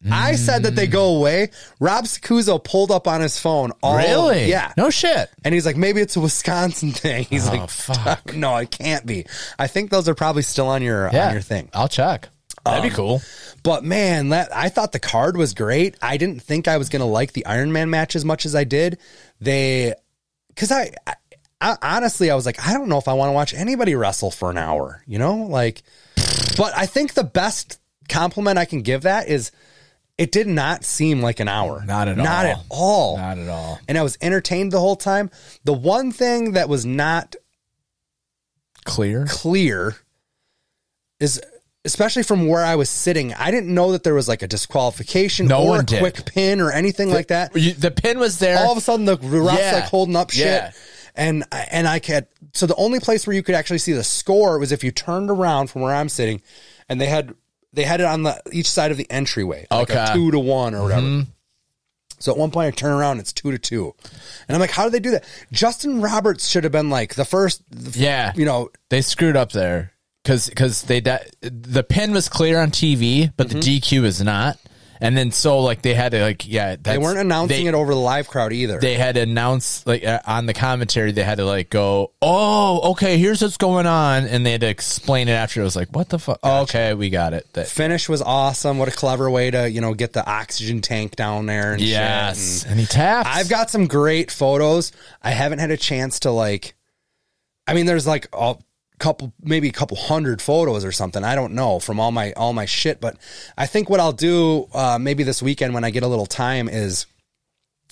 I said that they go Mm. away. Rob Scuzo pulled up on his phone. All, really? Yeah. No shit. And he's like, maybe it's a Wisconsin thing. He's Oh, like, fuck. no, it can't be. I think those are probably still on your on your thing. Um, I'll check. That'd be cool. But man, that I thought the card was great. I didn't think I was gonna like the Iron Man match as much as I did. They, because I, I, I honestly I was like, I don't know if I want to watch anybody wrestle for an hour. You know, like. But I think the best compliment I can give that is, it did not seem like an hour. Not at Not all. at all Not at all. and I was entertained the whole time. The one thing that was not Clear. clear is especially from where I was sitting, I didn't know that there was like a disqualification No or one a did. quick pin or anything like that. You- the pin was there. All of a sudden the ref's Yeah. like holding up shit. Yeah. And I- and I could so the only place where you could actually see the score was if you turned around from where I'm sitting and they had they had it on the each side of the entryway. Like a Okay. Mm-hmm. two to one or whatever. So at one point I turn around, it's two to two. And I'm like, how did they do that? Justin Roberts should have been like the first, yeah. you know, they screwed up there because they di- the pin was clear on TV, but Mm-hmm. the DQ is not. And then so like they had to like yeah they weren't announcing it it over the live crowd either. they had announced like uh, on the commentary they had to like go oh okay here's what's going on and they had to explain it after it was like what the fuck okay we got it that Finish was awesome. What a clever way to, you know, get the oxygen tank down there. And shit. yes And and he taps I've got some great photos. I haven't had a chance to like, I mean, there's like a couple, maybe a couple hundred photos or something. I don't know from all my, all my shit, but I think what I'll do, uh, maybe this weekend when I get a little time is,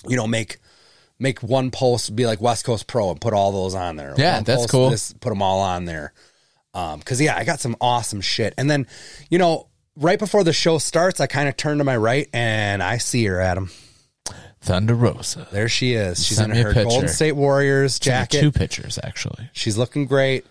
you know, make, make one post, be like West coast pro and put all those on there. Yeah, One that's post, cool. This, put them all on there. Um, cause yeah, I got some awesome shit. And then, you know, right before the show starts, I kind of turn to my right and I see her, Adam. Thunder Rosa. There she is. She's Send in me a her Golden picture. State Warriors jacket. Two pictures actually. She's looking great.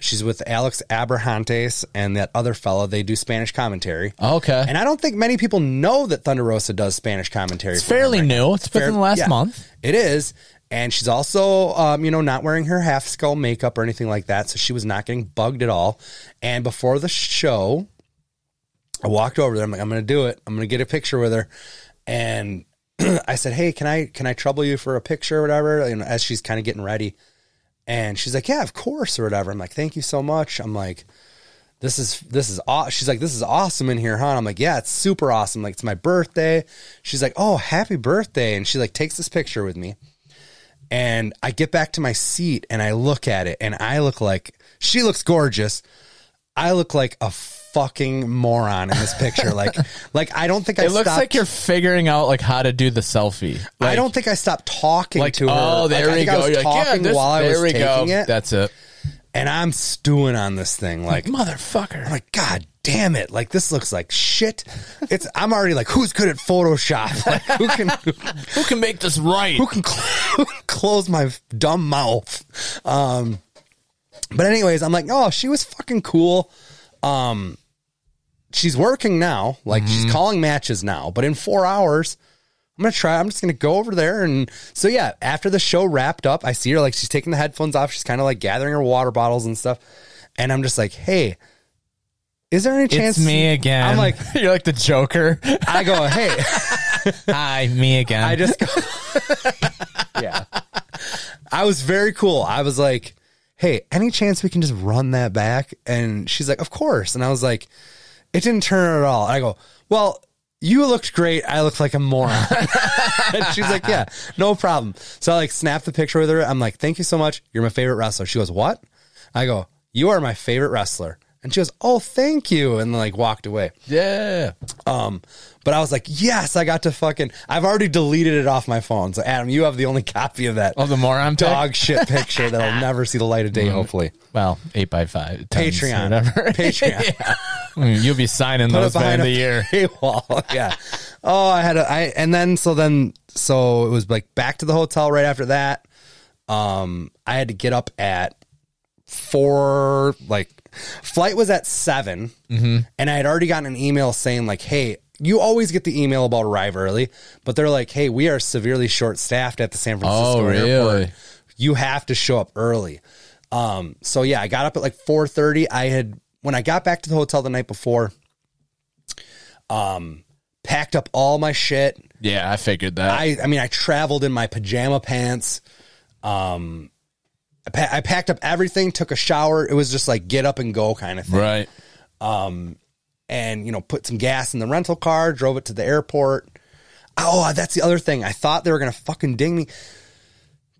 She's with Alex Abrahantes and that other fella. They do Spanish commentary. Oh, Okay. And I don't think many people know that Thunder Rosa does Spanish commentary. It's fairly new. It's within the last month. It is. And she's also, um, you know, not wearing her half skull makeup or anything like that. So she was not getting bugged at all. And before the show, I walked over there. I'm like, I'm going to do it. I'm going to get a picture with her. And *clears throat* I said, Hey, can I, can I trouble you for a picture or whatever? And as she's kind of getting ready. And she's like, "Yeah, of course," or whatever. I'm like, "Thank you so much." I'm like, "This is this is aw-. she's like, "This is awesome in here, huh?" And I'm like, "Yeah, it's super awesome. Like, it's my birthday." She's like, "Oh, happy birthday!" And she like takes this picture with me. And I get back to my seat and I look at it and I look like she looks gorgeous. I look like a fucking moron in this picture. *laughs* like, like I don't think I It looks stopped- like you're figuring out like how to do the selfie. Like, I don't think I stopped talking like to her. oh there like, I we think go. I was You're like, talking yeah, this, while I there was we go. taking it, That's it. and I'm stewing on this thing. Like, I'm Motherfucker. like, God damn it. Like this looks like shit. It's I'm already like, who's good at Photoshop? *laughs* Like who can Who can make this *laughs* right? who can cl- close my dumb mouth? Um but anyways, I'm like, oh, she was fucking cool. Um she's working now. Like Mm-hmm. she's calling matches now, but in 4 hours I'm gonna try. I'm just gonna go over there and so yeah. After the show wrapped up, I see her like she's taking the headphones off. She's kind of like gathering her water bottles and stuff. And I'm just like, hey, is there any chance It's me again. I'm like, *laughs* you're like *laughs* the Joker. I go, hey, Hi, me again. I just go. *laughs* yeah. I was very cool. I was like, hey, any chance we can just run that back? And she's like, of course. And I was like, it didn't turn out at all. And I go, well, you looked great. I looked like a moron. *laughs* and she's like, yeah, no problem. So I like snapped the picture with her. I'm like, thank you so much. You're my favorite wrestler. She goes, what? I go, you are my favorite wrestler. And she goes, oh, thank you. And like walked away. Yeah. Um, but I was like, yes, I got to fucking. I've already deleted it off my phone. So Adam, you have the only *laughs* copy of that Of Oh, the moron pic? Mm. dog shit picture *laughs* that'll never see the light of day. Hopefully, Well, eight by five. tons or Patreon, *laughs* *laughs* whatever. Patreon, I mean, You'll be signing put those it by the behind a end of the *laughs* year. paywall. yeah. Oh, I had a. I and then so then so it was like back to the hotel right after that. Um, I had to get up at four. Like, flight was at 7 Mm-hmm. and I had already gotten an email saying like, "Hey." You always get the email about arrive early, but they're like, "Hey, we are severely short-staffed at the San Francisco Oh, airport. really? you have to show up early. Um, so yeah, I got up at like 4:30. I had when I got back to the hotel the night before, um, packed up all my shit. Yeah, I figured that. I I mean, I traveled in my pajama pants. Um, I, pa- I packed up everything, took a shower. It was just like get up and go kind of thing right. and you know put some gas in the rental car drove it to the airport oh that's the other thing i thought they were gonna fucking ding me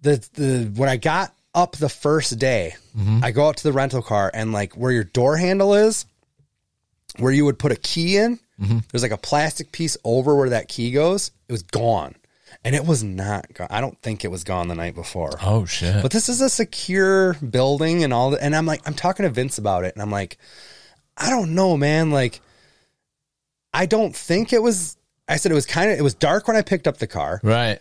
the the when i got up the first day i go out to the rental car and like where your door handle is where you would put a key in there's like a plastic piece over where that key goes it was gone and it was not gone i don't think it was gone the night before Oh, shit. but this is a secure building and all that. And I'm like, I'm talking to Vince about it. And I'm like, I don't know, man. Like, I don't think it was. I said it was kind of, it was dark when I picked up the car. right.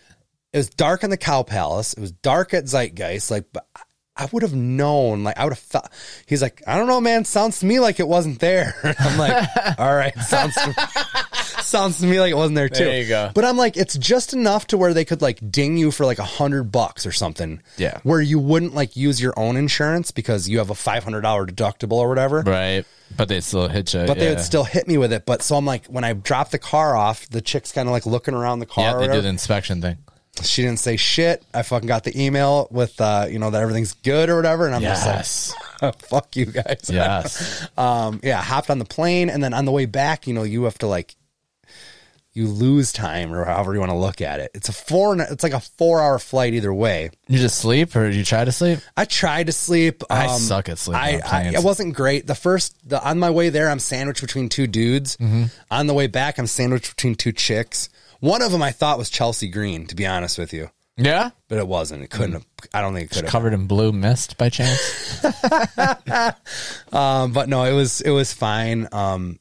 It was dark in the Cow Palace. It was dark at Zeitgeist. Like, but I- I would have known. Like, I would have thought. He's like, I don't know, man. Sounds to me like it wasn't there. *laughs* I'm *laughs* like, all right. Sounds to, *laughs* sounds to me like it wasn't there too. There you go. But I'm like, it's just enough to where they could like ding you for like a hundred bucks or something. Yeah. Where you wouldn't like use your own insurance because you have a five hundred dollar deductible or whatever. Right. But they still hit you. But they yeah. would still hit me with it. But so I'm like, when I drop the car off, the chick's kind of like looking around the car. Yeah, or they whatever did the inspection thing. she didn't say shit. I fucking got the email with uh, you know that everything's good or whatever, and I'm *laughs* Yes. just like, "Oh, fuck you guys. yes. *laughs* Um, yeah, hopped on the plane, and then on the way back, you know, you have to like, you lose time or however you want to look at it. It's a four. It's like a four hour flight either way. You just sleep or you try to sleep? I tried to sleep. um, I suck at sleeping I, on planes. I it wasn't great. The first the on my way there, I'm sandwiched between two dudes. Mm-hmm. On the way back, I'm sandwiched between two chicks. One of them I thought was Chelsea Green, to be honest with you, Yeah. but it wasn't. It couldn't. have I don't think it could have. Covered in blue mist by chance? Um, but no, it was it was fine. Um,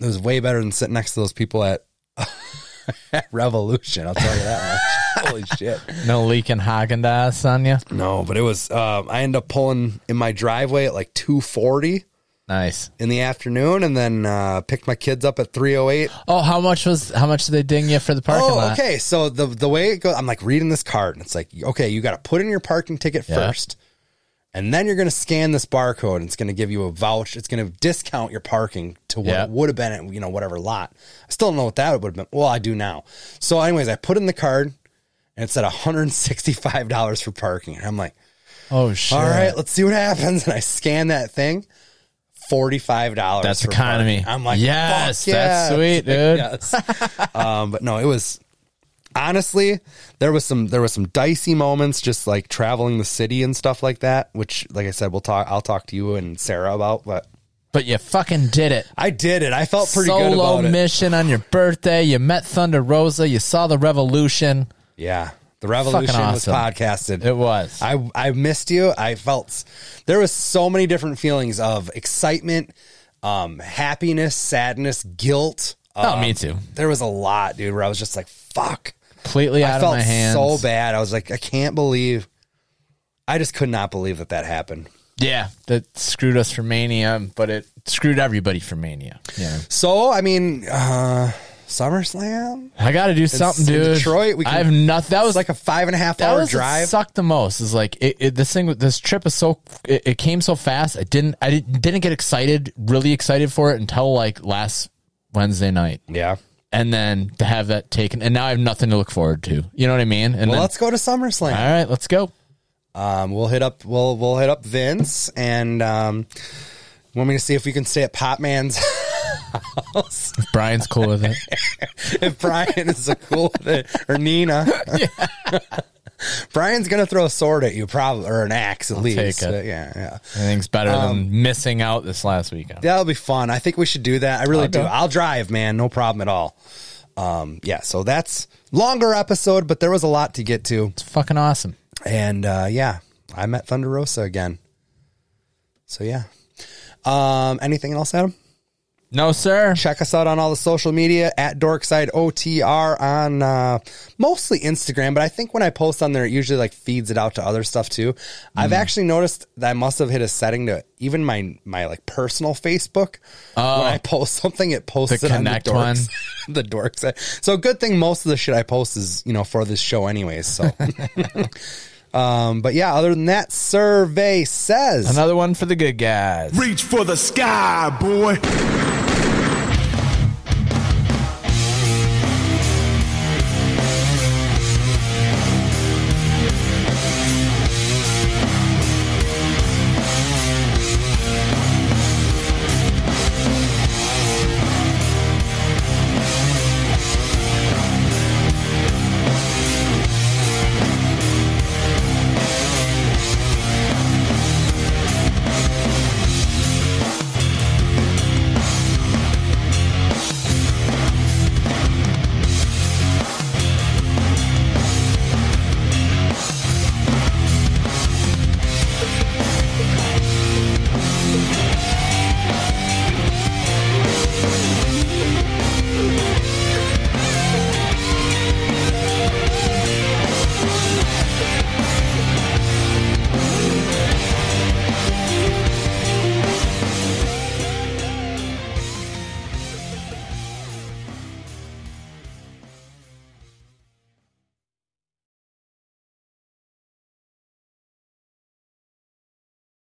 It was way better than sitting next to those people at, *laughs* at Revolution. I'll tell you that much. *laughs* Holy shit. No leaking Haagen Dazs on you. No, but it was. Uh, I ended up pulling in my driveway at like two forty Nice. in the afternoon, and then uh, picked my kids up at three oh eight. Oh, how much was how much did they ding you for the parking Oh, lot? okay. So the the way it goes, I'm like reading this card, and it's like, okay, you got to put in your parking ticket Yeah. first, and then you're going to scan this barcode, and it's going to give you a voucher. It's going to discount your parking to what Yeah. it would have been at you know whatever lot. I still don't know what that would have been. Well, I do now. So, anyways, I put in the card, and it said 165 dollars for parking, and I'm like. Oh shit. All right, let's see what happens. *laughs* And I scan that thing. Forty-five dollars. That's economy. I'm like, Yes, fuck that's yeah. *laughs* sweet, dude. Yes. um, but no, it was honestly there was some there was some dicey moments, just like traveling the city and stuff like that. Which, like I said, we'll talk. I'll talk to you and Sarah about. But But you fucking did it. I did it. I felt pretty good Solo about it. mission on your birthday. You met Thunder Rosa. You saw the revolution. Yeah, the revolution was awesome. podcasted. It was. I I missed you. I felt there was so many different feelings of excitement, um, happiness, sadness, guilt. Oh, um, me too. There was a lot, dude. Where I was just like, "Fuck!" Completely out I of felt my hands. so bad. I was like, "I can't believe." I just could not believe that that happened. Yeah, that screwed us for Mania, but it screwed everybody for Mania. Yeah, So I mean, uh, SummerSlam. I got to do something, in dude. Detroit, we I can- have nothing. It That was was like a five and a half that hour was drive. What sucked the most. Is like it, it, this thing. This trip is so. It, it came so fast. I didn't. I didn't, didn't get excited. Really excited for it until like last Wednesday night, yeah. and then to have that taken. And now I have nothing to look forward to. You know what I mean? And Well, then- let's go to SummerSlam. all right, let's go. Um, we'll hit up we'll we'll hit up Vince and um, want me to see if we can stay at Popman's house If Brian's cool with it. if Brian is a cool with it, or Nina. Brian's gonna throw a sword at you, probably or an axe at least. take it. But Yeah, yeah, Anything's better than missing out this last weekend. that'll be fun. I think we should do that. I really do. Okay. I'll drive, man, no problem at all. Um, yeah, so that's longer episode, but there was a lot to get to, It's fucking awesome. and uh, yeah, I met Thunder Rosa again. So yeah, um, anything else, Adam? No, sir. Check us out on all the social media at Dorkside OTR on uh, mostly Instagram, but I think when I post on there, it usually like feeds it out to other stuff too. I've Hmm. actually noticed that I must have hit a setting to even my my like personal Facebook. when I post something, it posts Oh. The it on the Connect Dorks, *laughs* the Dorkside. So good thing most of the shit I post is you know for this show anyways. So, *laughs* *laughs* um, but yeah, other than that, survey says Another one for the good guys. Reach for the sky, boy.